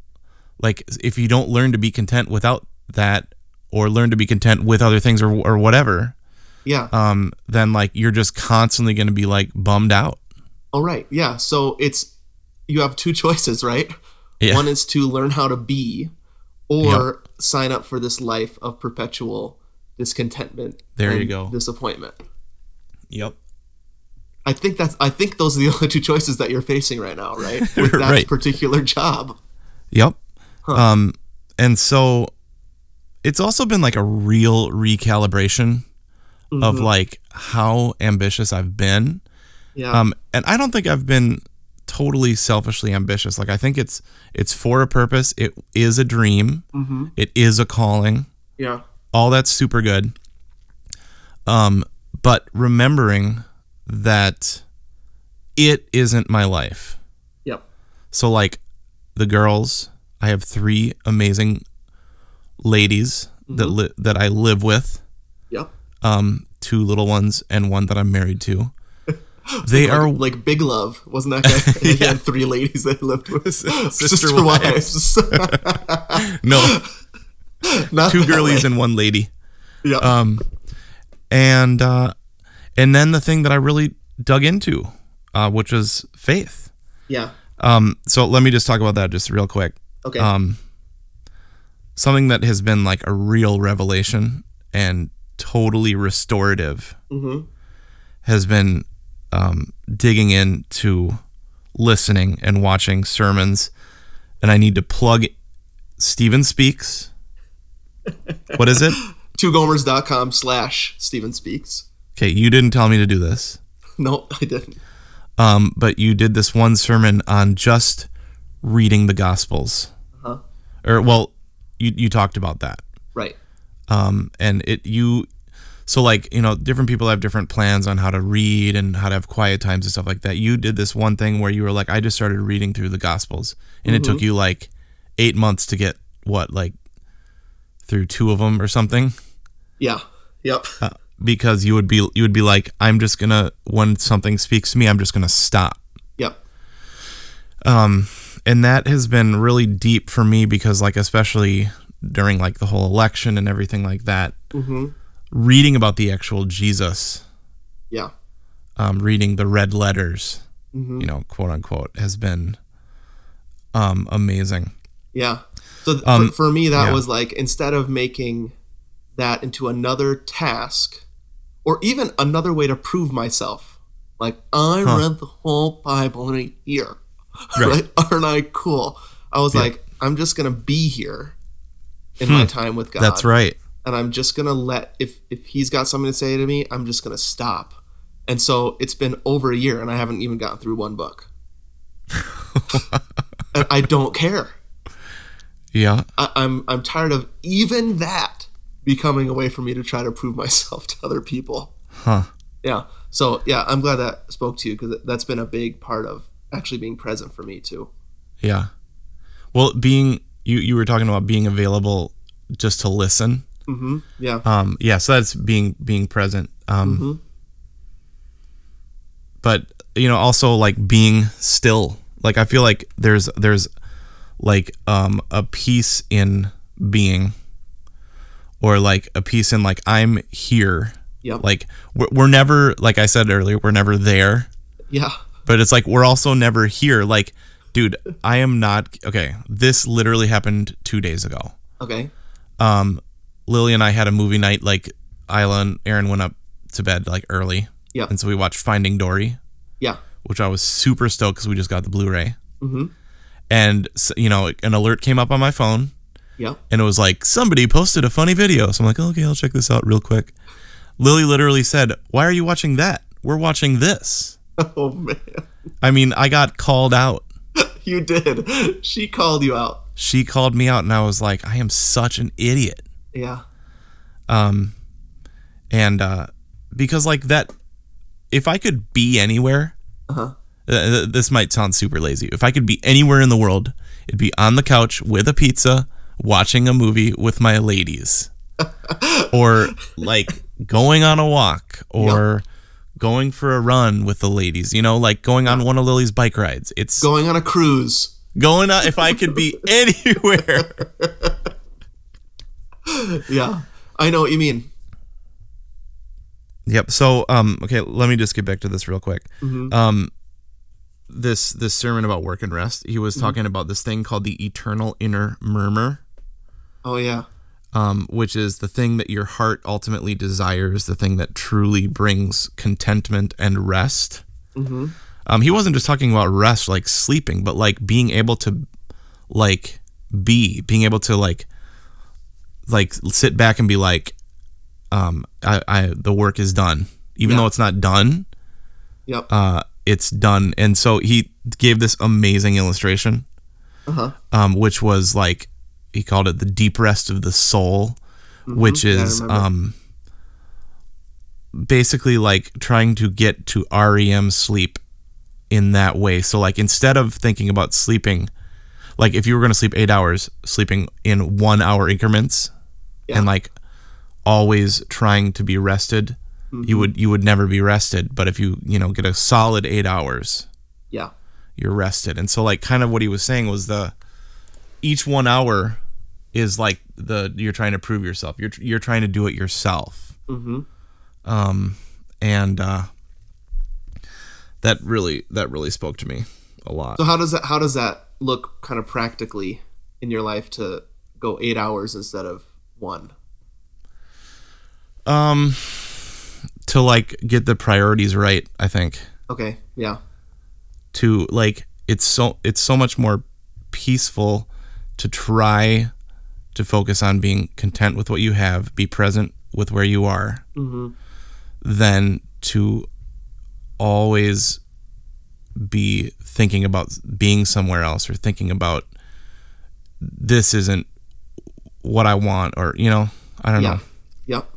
B: like if you don't learn to be content without that or learn to be content with other things or or whatever
A: Yeah.
B: um then like you're just constantly going to be like bummed out.
A: All right. Yeah. So it's you have two choices, right?
B: Yeah.
A: One is to learn how to be or sign up for this life of perpetual discontentment.
B: There you
A: and
B: go.
A: Disappointment.
B: Yep.
A: I think that's I think those are the only two choices that you're facing right now, right? With that
B: Right.
A: particular job.
B: Yep. Um and so it's also been like a real recalibration of like how ambitious I've been.
A: Yeah.
B: Um, and I don't think I've been totally selfishly ambitious. Like I think it's it's for a purpose. It is a dream.
A: Mhm.
B: It is a calling.
A: yeah.
B: All that's super good. Um, but remembering that it isn't my life.
A: Yep.
B: So like the girls, I have three amazing ladies that
A: Mm-hmm.
B: li- that I live with.
A: Yep.
B: Um, two little ones and one that I'm married to. They are
A: Like Big Love, wasn't that guy? He had three ladies that he lived with sister, wives.
B: no
A: Not
B: two
A: that
B: girlies
A: way.
B: and one lady.
A: Yeah.
B: Um, and uh, and then the thing that I really dug into, uh, which was faith.
A: yeah.
B: Um, so let me just talk about that just real quick.
A: Okay.
B: Um, something that has been like a real revelation and totally restorative
A: hmm
B: has been um, digging into listening and watching sermons, and I need to plug Stephen Speaks. What is it?
A: twogomers.com slash Steven Speaks.
B: Okay, you didn't tell me to do this,
A: No, I didn't.
B: um, but you did this one sermon on just reading the Gospels,
A: Uh-huh.
B: or well, you you talked about that.
A: Right.
B: um, and it you so like you know different people have different plans on how to read and how to have quiet times and stuff like that you did this one thing where you were like i just started reading through the gospels and it took you like eight months to get what like through two of them or something
A: Yeah. Yep.
B: because you would be you would be like i'm just gonna when something speaks to me i'm just gonna stop
A: Yep.
B: and that has been really deep for me because like especially during like the whole election and everything like that
A: Mhm.
B: reading about the actual jesus
A: Yeah.
B: um, reading the red letters,
A: Mhm.
B: you know, quote unquote, has been um, amazing.
A: Yeah. So th-
B: Um,
A: for, for me, that
B: yeah.
A: was like instead of making that into another task, or even another way to prove myself, like I
B: Huh.
A: read the whole Bible in a year,
B: Right.
A: right? Aren't I cool? I was like, I'm just gonna be here in my time with God.
B: Hmm. That's right.
A: and I'm just gonna let if if he's got something to say to me, I'm just gonna stop. And so it's been over a year, and I haven't even gotten through one book. and I don't care.
B: Yeah.
A: I, I'm I'm tired of even that becoming a way for me to try to prove myself to other people.
B: Huh.
A: Yeah. So yeah, I'm glad that spoke to you because that's been a big part of actually being present for me too.
B: Yeah. Well, being you, you were talking about being available just to listen.
A: hmm Yeah.
B: Um, yeah. So that's being being present. Um,
A: Mhm.
B: But you know, also like being still. Like I feel like there's there's like um, a peace in being, or like a peace in like I'm here.
A: Yep.
B: like we're, we're never like i said earlier we're never there
A: yeah.
B: but it's like we're also never here like dude i am not okay this literally happened two days ago
A: Okay.
B: um lily and i had a movie night like isla and aaron went up to bed like early
A: Yep.
B: and so we watched finding dory
A: Yeah.
B: which i was super stoked because we just got the blu-ray
A: hmm
B: and s- you know an alert came up on my phone
A: Yep.
B: and it was like somebody posted a funny video. So I'm like, okay, I'll check this out real quick. Lily literally said, "Why are you watching that? We're watching this."
A: Oh man,
B: I mean, I got called out.
A: you did. She called you out.
B: She called me out, and I was like, "I am such an idiot."
A: Yeah.
B: And uh, because like that, if I could be anywhere, uh,
A: Uh-huh.
B: th- th- this might sound super lazy. If I could be anywhere in the world, it'd be on the couch with a pizza, watching a movie with my ladies, or like going on a walk, or going for a run with the ladies. You know, like going on one of Lily's bike rides. It's
A: Going on a cruise.
B: going on. If I could be anywhere,
A: Yeah. I know what you mean.
B: Yep. So, um, okay, let me just get back to this real quick. Um, this this sermon about work and rest. He was talking about this thing called the eternal inner murmur,
A: Oh yeah.
B: um, which is the thing that your heart ultimately desires, the thing that truly brings contentment and rest.
A: hmm
B: Um, he wasn't just talking about rest, like sleeping, but like being able to, like, be being able to like, like sit back and be like, um, I, I the work is done, even
A: Yeah.
B: though it's not done,
A: Yep.
B: uh, it's done. And so he gave this amazing illustration,
A: Uh-huh.
B: um, which was like he called it the deep rest of the soul, which
A: Mm-hmm. Yeah, I
B: is
A: remember.
B: um, basically like trying to get to REM sleep in that way. So like instead of thinking about sleeping, like if you were going to sleep eight hours, sleeping in one hour increments,
A: Yeah.
B: and like always trying to be rested.
A: Mm-hmm.
B: You would you would never be rested, but if you you know get a solid eight hours,
A: Yeah.
B: you're rested. And so like kind of what he was saying was the each one hour is like the you're trying to prove yourself. You're you're trying to do it yourself.
A: Mm-hmm.
B: Um, and uh, that really that really spoke to me a lot.
A: So how does that how does that look kind of practically in your life to go eight hours instead of one?
B: Um, to like get the priorities right, I think.
A: Okay. Yeah.
B: to like it's so it's so much more peaceful to try to focus on being content with what you have, be present with where you are,
A: Mm-hmm.
B: than to always be thinking about being somewhere else or thinking about this isn't what I want or you know, I don't
A: Yeah.
B: know.
A: Yep.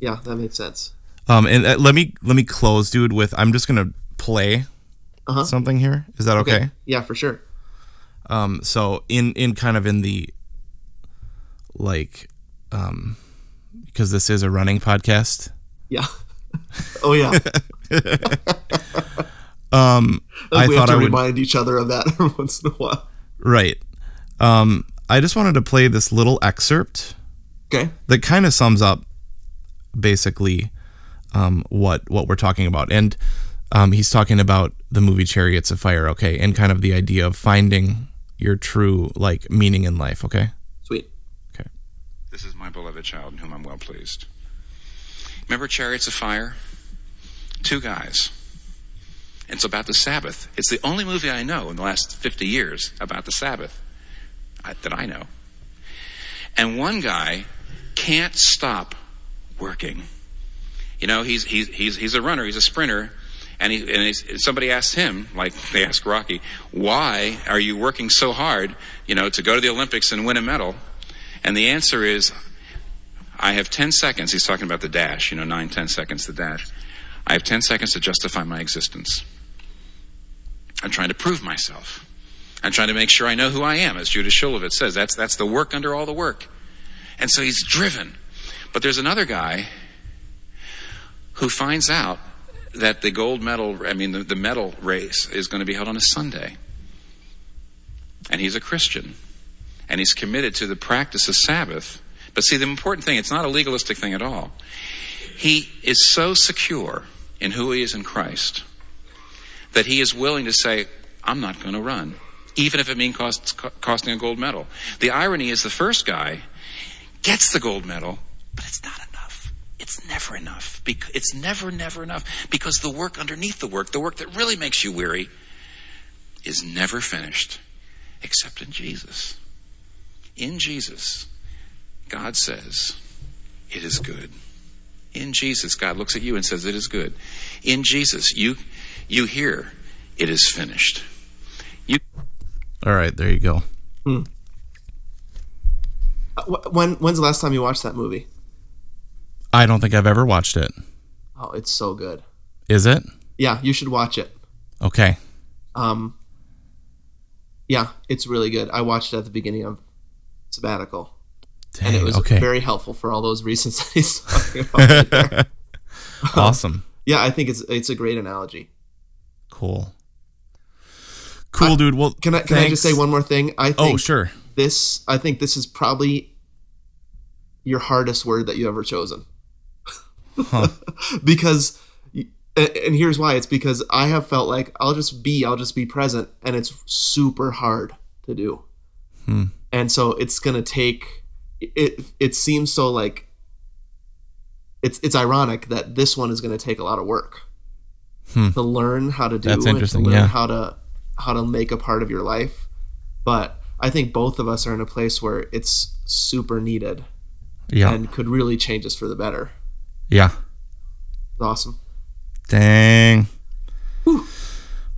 A: Yeah, that makes sense.
B: Um and uh, let me let me close dude with I'm just going to play
A: Uh-huh.
B: something here. Is that okay?
A: Yeah, for sure.
B: Um, so in in kind of in the like um because this is a running podcast.
A: Yeah. oh yeah.
B: Um I
A: we have
B: thought
A: to
B: I would
A: remind each other of that every once in a while.
B: right. Um I just wanted to play this little excerpt
A: Okay.
B: that kind of sums up basically um what what we're talking about. And um he's talking about the movie Chariots of Fire, okay, and kind of the idea of finding your true like meaning in life, okay?
A: Sweet.
C: This is my beloved child in whom I'm well pleased. Remember Chariots of Fire? Two guys. It's about the Sabbath. It's the only movie I know in the last 50 years about the Sabbath I, that I know. And one guy can't stop working. You know, he's, he's, he's, he's a runner, he's a sprinter. And, he, and he's, somebody asks him, like they ask Rocky, why are you working so hard, you know, to go to the Olympics and win a medal? And the answer is, I have 10 seconds. He's talking about the dash, you know, nine, 10 seconds, the dash. I have 10 seconds to justify my existence. I'm trying to prove myself. I'm trying to make sure I know who I am, as Judas Shulevitz says. That's, that's the work under all the work. And so he's driven. But there's another guy who finds out that the gold medal, I mean, the, the medal race is going to be held on a Sunday. And he's a Christian and he's committed to the practice of Sabbath. But see, the important thing, it's not a legalistic thing at all. He is so secure in who he is in Christ that he is willing to say, I'm not going to run, even if it means cost, co- costing a gold medal. The irony is the first guy gets the gold medal, but it's not enough. It's never enough. Bec- It's never, never enough because the work underneath the work, the work that really makes you weary, is never finished except in Jesus in Jesus, God says, It is good. In Jesus, God looks at you and says, It is good. In Jesus, you, you hear, It is finished.
B: All right, there you go.
A: Uh, wh- When when's the last time you watched that movie?
B: I don't think I've ever watched it.
A: Oh, it's so good.
B: Is it?
A: Yeah, you should watch it.
B: Okay.
A: Um, yeah, it's really good. I watched it at the beginning of sabbatical, and
B: Dang,
A: it was
B: okay.
A: very helpful for all those reasons that he's talking about. right there.
B: awesome.
A: yeah, I think it's it's a great analogy.
B: Cool. Cool, dude. Well,
A: Can I can I just say
B: thanks.
A: one more thing? I think
B: Oh, sure.
A: this I think this is probably your hardest word that you ever chosen.
B: Huh.
A: because and and here's why it's because I have felt like I'll just be I'll just be present and it's super hard to do.
B: Hmm.
A: And so it's going to take it it seems so like it's it's ironic that this one is going to take a lot of work
B: Hmm.
A: to learn how to do
B: That's
A: and
B: interesting,
A: to learn
B: yeah.
A: how to how to make a part of your life. But I think both of us are in a place where it's super needed
B: Yeah.
A: and could really change us for the better.
B: yeah.
A: It's awesome.
B: Dang.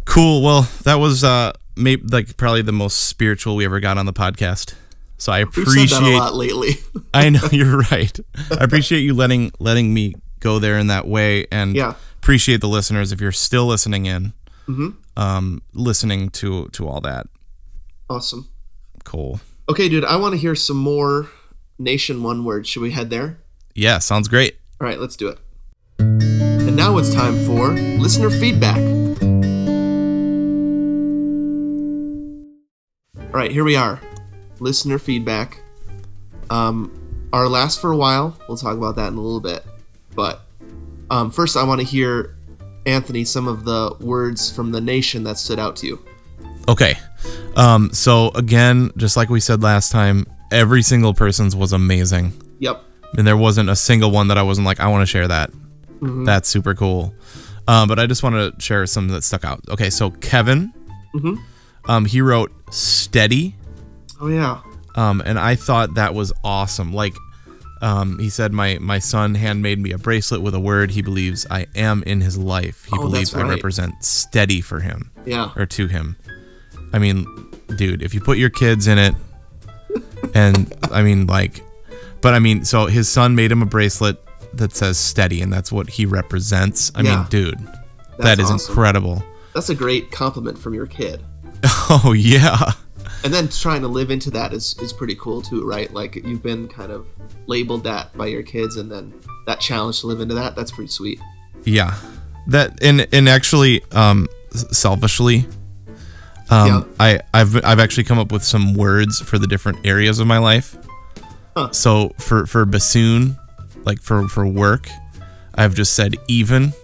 B: Cool. Well, that was uh maybe like probably the most spiritual we ever got on the podcast. So I
A: We've said that a
B: appreciate
A: lot lately.
B: I know you're right. I appreciate you letting letting me go there in that way, and
A: Yeah. Mm-hmm.
B: appreciate the listeners if you're still listening in, um, listening to to all that.
A: awesome.
B: Cool.
A: Okay, dude, I want to hear some more nation one word. Should we head there?
B: Yeah, sounds great.
A: All right, let's do it. And now it's time for listener feedback. All right, here we are. Listener feedback. Um, our last for a while. We'll talk about that in a little bit. But um, first, I want to hear, Anthony, some of the words from the nation that stood out to you.
B: Okay. Um, so again, just like we said last time, every single person's was amazing.
A: Yep. Mm-hmm.
B: And there wasn't a single one that I wasn't like, I want to share that. That's super cool. Um, but I just want to share some that stuck out. Okay, so Kevin,
A: Mm-hmm.
B: um, he wrote steady,
A: Oh yeah.
B: um, and I thought that was awesome. Like, um, he said, my my son handmade me a bracelet with a word he believes I am in his life. He
A: Oh,
B: believes
A: that's
B: I
A: right.
B: represent steady for him
A: Yeah.
B: or to him. I mean, dude, if you put your kids in it, and I mean, like, but I mean, so his son made him a bracelet that says steady, and that's what he represents. I
A: Yeah.
B: mean, dude,
A: That's
B: that is
A: awesome.
B: incredible.
A: That's a great compliment from your kid.
B: Oh, yeah.
A: And then trying to live into that is, is pretty cool too, right? Like you've been kind of labeled that by your kids and then that challenge to live into that, that's pretty sweet.
B: Yeah. That, and, and actually, um, s- selfishly, um,
A: Yeah.
B: I, I've, I've actually come up with some words for the different areas of my life.
A: Huh.
B: So for, for bassoon, like for, for work, I've just said even.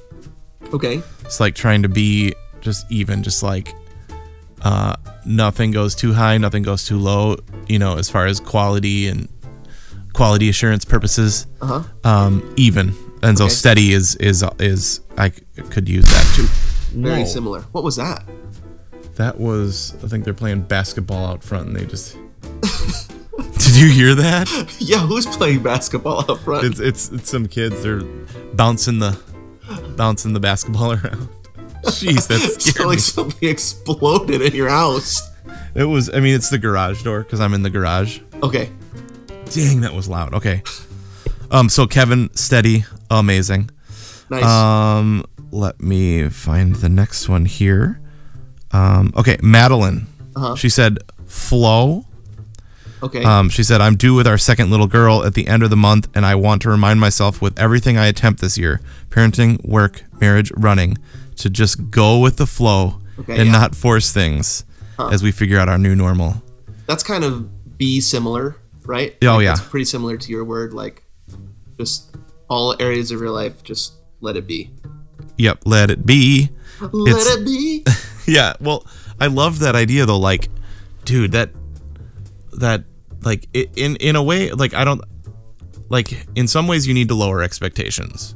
A: Okay.
B: It's like trying to be just even, just like uh, nothing goes too high, nothing goes too low. You know, as far as quality and quality assurance purposes,
A: Uh huh.
B: um, even. And so
A: Okay.
B: steady is is is I c- could use that too.
A: Very
B: Whoa.
A: similar. What was that?
B: That was I think they're playing basketball out front, and they just. Did you hear that?
A: Yeah, who's playing basketball up front?
B: It's it's it's some kids. They're bouncing the bouncing the basketball around. Jeez, that's
A: It's not like something exploded in your house.
B: It was. I mean, it's the garage door because I'm in the garage.
A: Okay.
B: Dang, that was loud. Okay. Um. So Kevin, steady, amazing.
A: Nice.
B: Um. Let me find the next one here. Um. Okay, Madeline.
A: Uh-huh.
B: She said flow.
A: okay.
B: Um. She said I'm due with our second little girl at the end of the month, and I want to remind myself with everything I attempt this year, parenting, work, marriage, running, to just go with the flow
A: Okay,
B: and
A: yeah.
B: not force things as we figure out our new normal.
A: that's kind of be similar, right?
B: Oh,
A: Like,
B: yeah.
A: That's pretty similar to your word, like just all areas of your life, just let it be.
B: Yep. Let it be.
A: Let
B: It's-
A: it be.
B: Yeah, well, I love that idea though. Like, dude, that that like i- in in a way, like I don't like in some ways you need to lower expectations.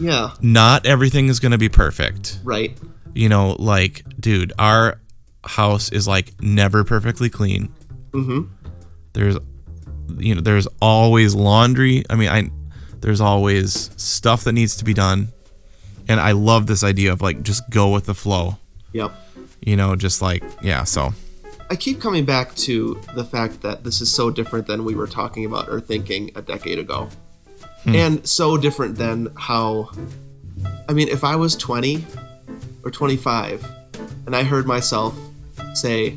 A: yeah.
B: Not everything is going to be perfect.
A: Right.
B: You know, like dude, our house is like never perfectly clean. Mhm. There's you know, there's always laundry. I mean, I there's always stuff that needs to be done. And I love this idea of like just go with the flow
A: Yep.
B: you know, just like yeah. So
A: I keep coming back to the fact that this is so different than we were talking about or thinking a decade ago. And so different than how I mean, if I was 20 or 25 and I heard myself say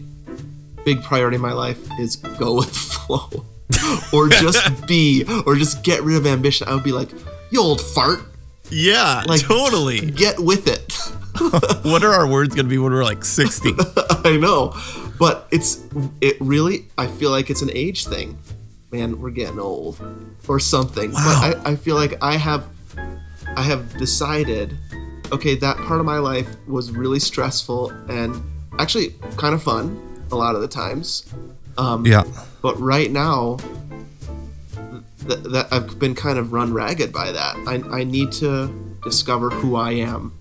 A: big priority in my life is go with the flow or just be or just get rid of ambition, I would be like, "You old fart,
B: yeah,
A: like
B: totally.
A: get with it."
B: What are our words gonna be when we're like sixty?
A: I know, but it's it really. I feel like it's an age thing, man. We're getting old, or something.
B: Wow.
A: But I, I feel like I have, I have decided, okay, that part of my life was really stressful and actually kind of fun a lot of the times. Um,
B: yeah,
A: But right now, th- that I've been kind of run ragged by that. I, I need to discover who I am,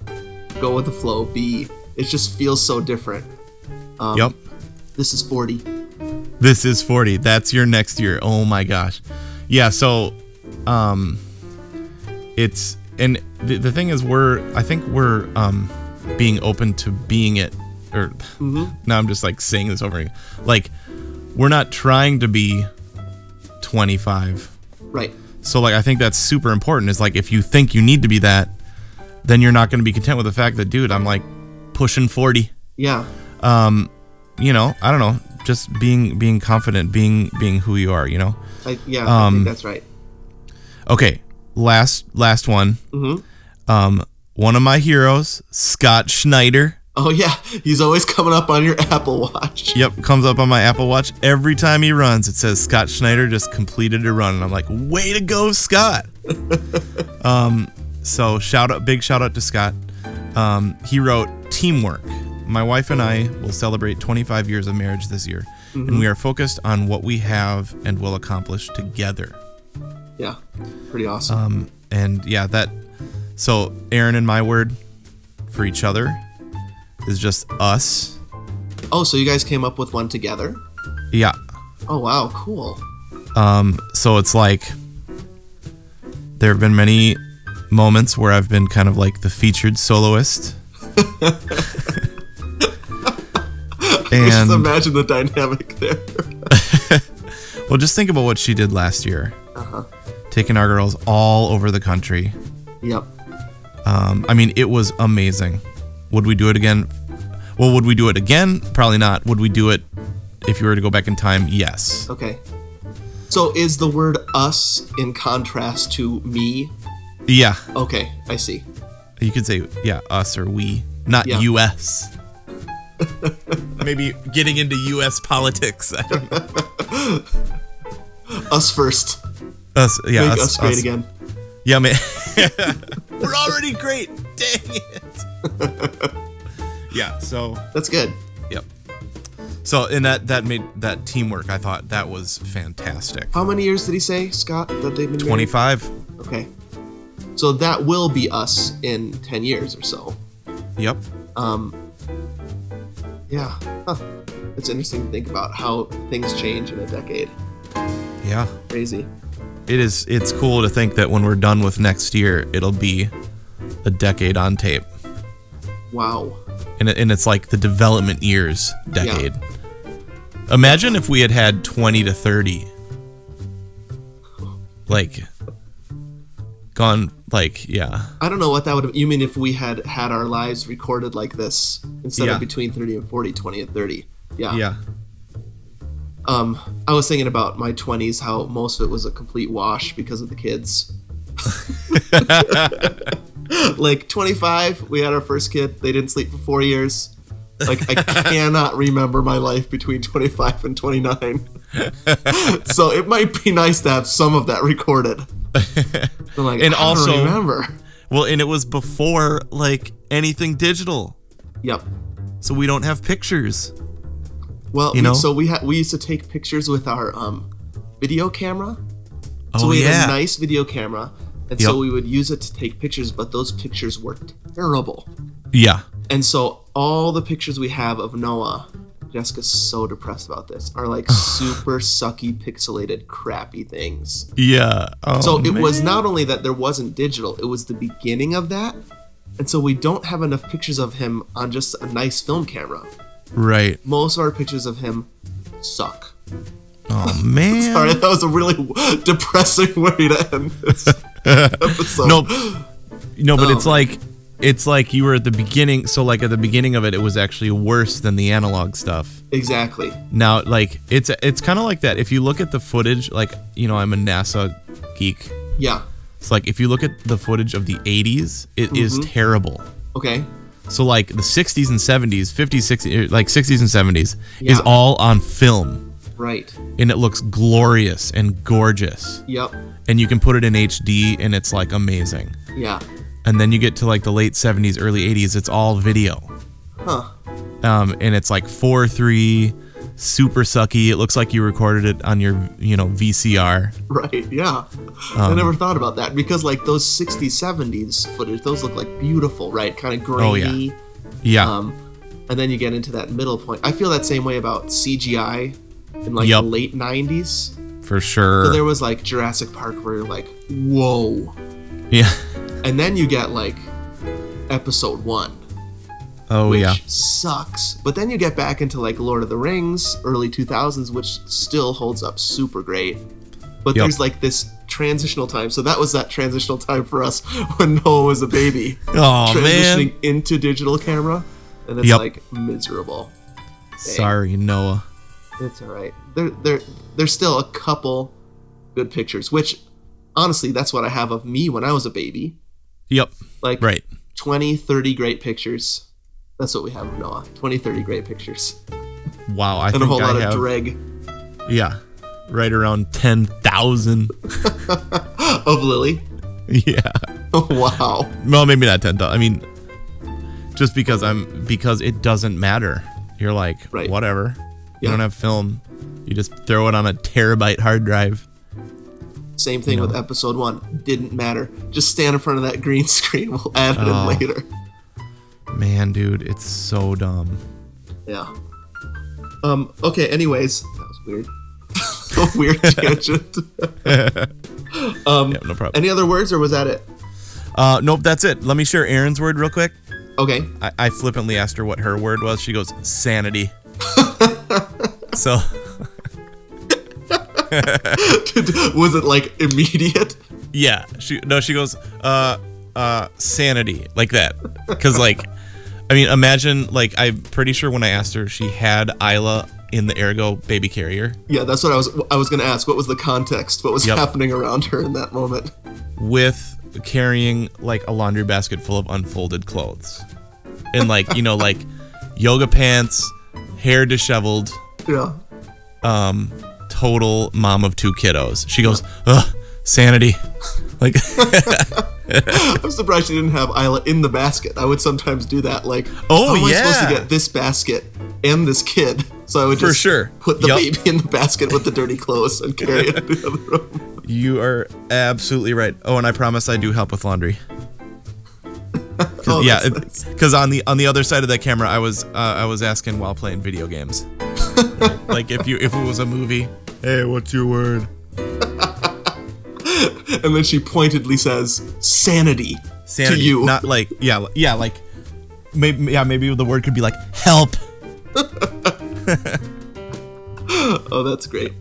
A: go with the flow, be. It just feels so different. um,
B: yep.
A: This is 40.
B: This is forty. That's your next year. Oh my gosh, yeah. So, um, it's and the, the thing is, we're I think we're um being open to being it. Or
A: Mm-hmm.
B: now I'm just like saying this over again. Like we're not trying to be twenty five.
A: Right.
B: So like I think that's super important. Is like if you think you need to be that, then you're not going to be content with the fact that dude, I'm like pushing 40.
A: Yeah.
B: You know, I don't know, just being being confident, being being who you are, you know.
A: I, yeah, I
B: Um,
A: think that's right.
B: Okay, last last one. Um one of my heroes, Scott Schneider.
A: Oh, yeah. He's always coming up on your Apple Watch.
B: Yep, comes up on my Apple Watch every time he runs. It says Scott Schneider just completed a run, and I'm like, way to go, Scott! um, so shout out, big shout out to Scott. Um, he wrote teamwork. My wife and I will celebrate 25 years of marriage this year, and we are focused on what we have and will accomplish together. Um,
A: Yeah. Pretty awesome.
B: And yeah, that. So Aaron and my word, for each other is just us.
A: Oh, so you guys came up with one together?
B: Yeah.
A: Oh, wow, cool.
B: Um, so it's like there have been many moments where I've been kind of like the featured soloist.
A: Just
B: and
A: imagine the dynamic there.
B: well, just think about what she did last year,
A: Uh-huh.
B: taking our girls all over the country.
A: yep.
B: Um, I mean, it was amazing. Would we do it again? Well, would we do it again? Probably not. Would we do it if you were to go back in time? Yes.
A: Okay. So is the word us in contrast to me?
B: Yeah.
A: Okay, I see.
B: You could say, yeah, us or we, not
A: Yeah.
B: US. Maybe getting into US politics. I don't know.
A: Us first.
B: Us, yeah,
A: Make
B: us,
A: us, great
B: us.
A: again.
B: Yeah, man. We're already great. Dang it. yeah, so,
A: That's good.
B: yep. So, and that, that made that teamwork, I thought that was fantastic.
A: How many years did he say, Scott, that they've been married?
B: 25.
A: Okay. So that will be us in 10 years or so.
B: Yep.
A: Um, yeah. Huh. It's interesting to think about how things change in a decade.
B: Yeah.
A: Crazy.
B: It is it's cool to think that when we're done with next year, it'll be a decade on tape.
A: Wow.
B: And it, and it's like the development years decade. Imagine if we had had 20 to 30 like gone like yeah.
A: I don't know what that would have. You mean if we had had our lives recorded like this instead
B: Yeah.
A: of between 30 and 40, 20 and 30? Yeah.
B: Yeah.
A: Um, I was thinking about my 20s, how most of it was a complete wash because of the kids. like 25, we had our first kid. They didn't sleep for four years. Like, I cannot remember my life between 25 and 29. so it might be nice to have some of that recorded. I'm like,
B: And
A: I don't
B: also-
A: remember.
B: Well, and it was before like anything digital.
A: Yep.
B: So we don't have pictures.
A: Well,
B: You
A: we-
B: know?
A: so we ha- we used to take pictures with our um, video camera. So
B: oh
A: we
B: yeah.
A: had a nice video camera, and
B: Yep.
A: so we would use it to take pictures. But those pictures were terrible,
B: yeah.
A: and so all the pictures we have of Noah, Jessica's so depressed about this, are like super sucky, pixelated, crappy things.
B: Yeah. Oh,
A: So it was
B: man.
A: not only that there wasn't digital; it was the beginning of that, and so we don't have enough pictures of him on just a nice film camera.
B: right.
A: Most of our pictures of him suck.
B: Oh man.
A: Sorry, that was a really depressing way to end this episode.
B: No, no, but
A: Oh.
B: it's like it's like you were at the beginning. So like at the beginning of it, it was actually worse than the analog stuff.
A: Exactly.
B: Now like it's it's kind of like that. If you look at the footage, like you know, I'm a NASA geek.
A: Yeah.
B: It's like if you look at the footage of the 80s, it is terrible.
A: Okay.
B: So like the 60s and 70s, 50s, 60s, er, like 60s and 70s is
A: Yeah.
B: all on film,
A: Right.
B: and it looks glorious and gorgeous,
A: Yep.
B: and you can put it in HD, and it's like amazing.
A: Yeah.
B: and then you get to like the late 70s early 80s it's all video
A: Huh.
B: um, and it's like 4-3 super sucky it looks like you recorded it on your you know vcr
A: Right. Yeah.
B: Um,
A: I never thought about that because like those 60s, 70s footage, those look like beautiful, right? Kind of
B: Oh, yeah.
A: grainy.
B: yeah
A: Um, and then you get into that middle point. I feel that same way about CGI in like
B: Yep.
A: the late 90s.
B: for sure
A: So there was like Jurassic Park where you're like, whoa.
B: yeah
A: And then you get like episode one.
B: oh
A: which
B: yeah
A: sucks. But then you get back into like Lord of the Rings, early 2000s, which still holds up super great. But
B: Yep.
A: there's like this transitional time. So that was that transitional time for us when Noah was a baby,
B: oh
A: transitioning
B: man
A: into digital camera, and it's
B: Yep.
A: like miserable.
B: sorry noah
A: It's all right. There, there, there's still a couple good pictures. Which, honestly, that's what I have of me when I was a baby.
B: yep
A: Like
B: right
A: 20, 30 great pictures. That's what we have of Noah. 20, 30 great pictures.
B: wow i
A: And a
B: think
A: whole
B: i
A: lot
B: have
A: of dreg.
B: yeah right around 10000
A: of Lily.
B: yeah
A: wow.
B: well maybe not 10000 i mean just because i'm because it doesn't matter you're like
A: Right.
B: whatever you
A: Yeah.
B: don't have film you just throw it on a terabyte hard drive
A: Same thing with episode one. Didn't matter. Just stand in front of that green screen. We'll add it in later.
B: Man, dude, it's so dumb.
A: Yeah. Um. Okay. Anyways, that was weird. a weird tangent. um.
B: Yeah, no problem.
A: Any other words, or was that it?
B: Uh, nope, that's it. Let me share Erin's word real quick.
A: Okay.
B: I, I flippantly asked her what her word was. She goes, sanity. so,
A: was it like immediate?
B: yeah. She No, she goes, uh, uh, sanity, like that. Because, like, I mean, imagine, like, I'm pretty sure when I asked her, she had Isla in the Ergo baby carrier
A: Yeah, that's what I was. I was gonna ask. What was the context? What was
B: Yep.
A: happening around her in that moment?
B: with carrying, like, a laundry basket full of unfolded clothes. And, like, you know, like, yoga pants, hair disheveled,
A: Yeah.
B: um, total mom of two kiddos. She goes, ugh, sanity. Like,
A: I'm surprised she didn't have Isla in the basket. I would sometimes do that. Like,
B: Oh,
A: how am I supposed
B: yeah.
A: to get this basket and this kid? So I would
B: For
A: just
B: sure.
A: put the
B: Yup.
A: baby in the basket with the dirty clothes and carry it into the other room.
B: you are absolutely right. Oh, and I promise I do help with laundry.
A: Oh,
B: yeah,
A: that's nice.
B: because on the on the other side of that camera, I was uh, I was asking while playing video games, like if you if it was a movie. Hey, what's your word?
A: And then she pointedly says, "Sanity."
B: Sanity.
A: To you.
B: Not like yeah li- yeah like maybe yeah maybe the word could be like help.
A: Oh, that's great.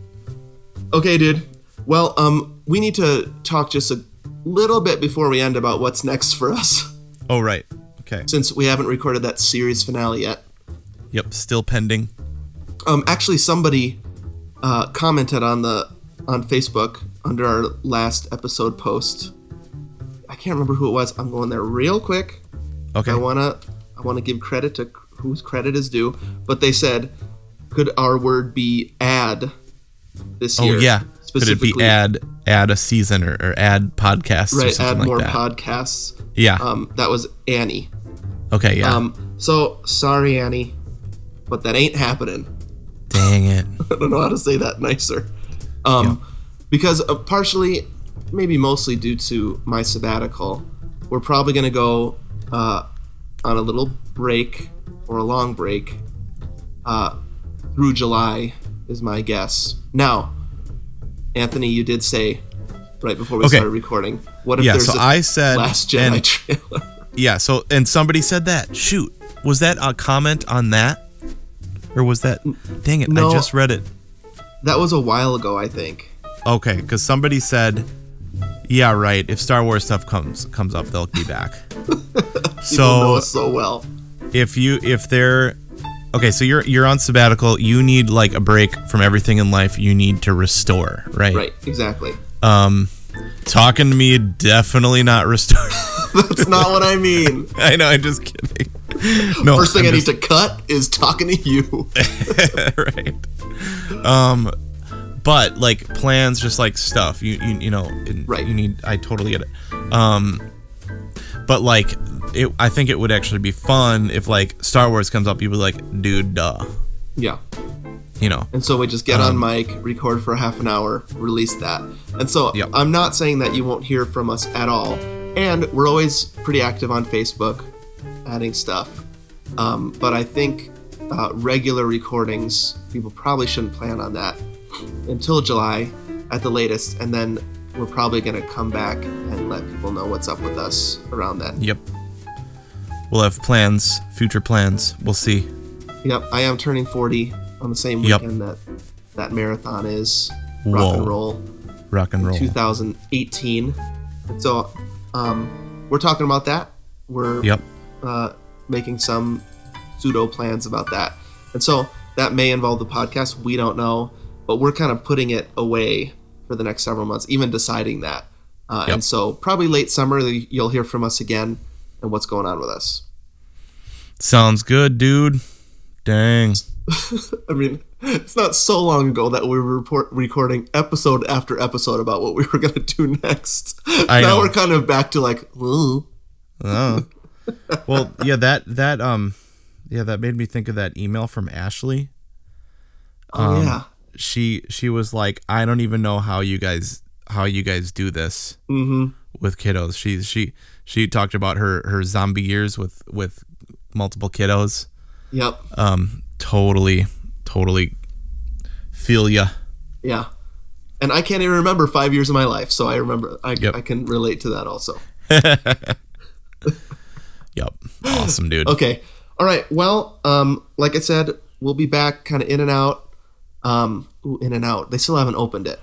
A: Okay, dude. Well, um, we need to talk just a little bit before we end about what's next for us,
B: Oh right. Okay.
A: since we haven't recorded that series finale yet.
B: Yep. Still pending.
A: um, actually somebody uh, commented on the on Facebook under our last episode post. I can't remember who it was. I'm going there real quick.
B: Okay.
A: I wanna I wanna give credit to whose credit is due, but they said, could our word be add this
B: Oh
A: year?
B: yeah. Could it
A: specifically.
B: be add add a season or, or add podcasts or
A: Right,
B: something
A: add
B: like
A: more
B: that?
A: podcasts.
B: yeah.
A: Um, that was Annie.
B: okay. Yeah.
A: Um, so sorry, Annie, but that ain't happening.
B: Dang it.
A: I don't know how to say that nicer. Um, Because uh, partially, maybe mostly due to my sabbatical, we're probably going to go uh, on a little break or a long break uh, through July, is my guess. Now, Anthony, you did say right before we
B: Okay.
A: started recording, what if
B: Yeah.
A: there's
B: So
A: a
B: I said
A: Last Jedi
B: and-
A: trailer?
B: Yeah. So, and somebody said that. Shoot, was that a comment on that, or was that? Dang it!
A: No.
B: I just read it.
A: that was a while ago, I think.
B: Okay, because somebody said, "Yeah, right. If Star Wars stuff comes comes up, they'll be back."
A: People know
B: so
A: us so well.
B: if you if they're okay, so you're you're on sabbatical. You need like a break from everything in life. You need to restore, right?
A: Right, exactly.
B: Um, talking to me definitely not restore.
A: That's not what I mean.
B: I know. I'm just kidding. No.
A: First thing
B: I'm
A: I
B: just-
A: need to cut is talking to you.
B: right. Um, but like plans, just like stuff. You you, you know. and
A: Right.
B: You need. I totally get it. Um, but like, it. I think it would actually be fun if like Star Wars comes up. You'd be like, dude, duh.
A: yeah.
B: You know.
A: And so we just get
B: Um,
A: on mic, record for half an hour, release that. And so
B: Yep.
A: I'm not saying that you won't hear from us at all. And we're always pretty active on Facebook, adding stuff. Um, but I think uh, regular recordings, people probably shouldn't plan on that until July at the latest. And then we're probably going to come back and let people know what's up with us around that.
B: Yep. We'll have plans, future plans. We'll see.
A: Yep, I am turning 40 on the same
B: Yep.
A: weekend that that marathon is rock and
B: Whoa.
A: roll
B: Rock and roll.
A: 2018. So, um, we're talking about that. We're
B: Yep.
A: uh, making some pseudo plans about that, and so that may involve the podcast. We don't know, but we're kind of putting it away for the next several months, even deciding that. Uh,
B: Yep.
A: And so, probably late summer, you'll hear from us again and what's going on with us.
B: Sounds good, dude. Dang.
A: I mean, it's not so long ago that we were report- recording episode after episode about what we were going to do next.
B: I
A: now
B: know.
A: we're kind of back to like, ooh.
B: Oh. Well, yeah, that that um yeah, that made me think of that email from Ashley. Um,
A: Oh, yeah.
B: She she was like, "I don't even know how you guys how you guys do this
A: Mm-hmm.
B: with kiddos." She she she talked about her her zombie years with with multiple kiddos.
A: Yep.
B: Um, totally, totally feel ya.
A: Yeah. And I can't even remember five years of my life, so I remember I,
B: Yep.
A: I can relate to that also.
B: Yep. Awesome, dude.
A: Okay. All right. Well, um, like I said, we'll be back kind of in and out. Um, ooh, in and out. They still haven't opened it.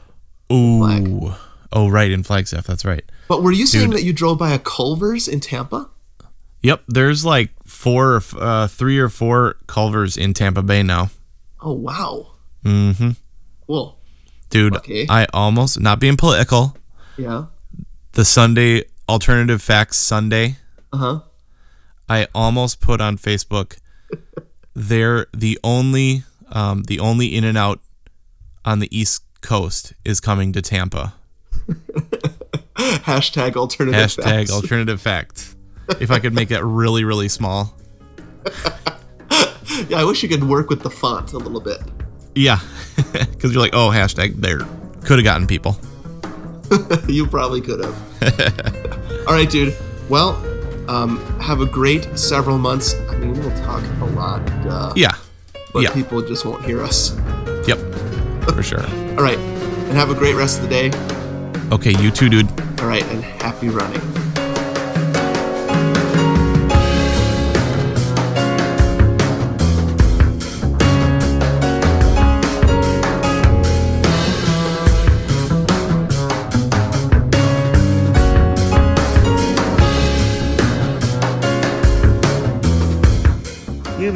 B: Ooh.
A: Flag.
B: Oh, right. In Flagstaff. That's right.
A: But were you saying that you drove by a Culver's in Tampa?
B: Yep. There's like four, or f- uh, three or four Culvers in Tampa Bay now.
A: Oh wow.
B: Mm-hmm.
A: Cool.
B: Dude,
A: Okay.
B: I almost, not being political,
A: Yeah.
B: the Sunday Alternative Facts Sunday,
A: Uh huh.
B: I almost put on Facebook, they're the only, um, the only In and Out on the East Coast is coming to Tampa.
A: Hashtag alternative.
B: Hashtag
A: facts.
B: alternative fact. If I could make that really, really small.
A: yeah, I wish you could work with the font a little bit.
B: Yeah. Because you're like, oh, hashtag there. Could have gotten people.
A: you probably could have. All right, dude. Well, um, have a great several months. I mean, we'll talk a lot, uh,
B: Yeah.
A: but
B: yeah.
A: people just won't hear us.
B: Yep. For sure.
A: All right, and have a great rest of the day.
B: Okay, you too, dude.
A: All right, and happy running.
D: You've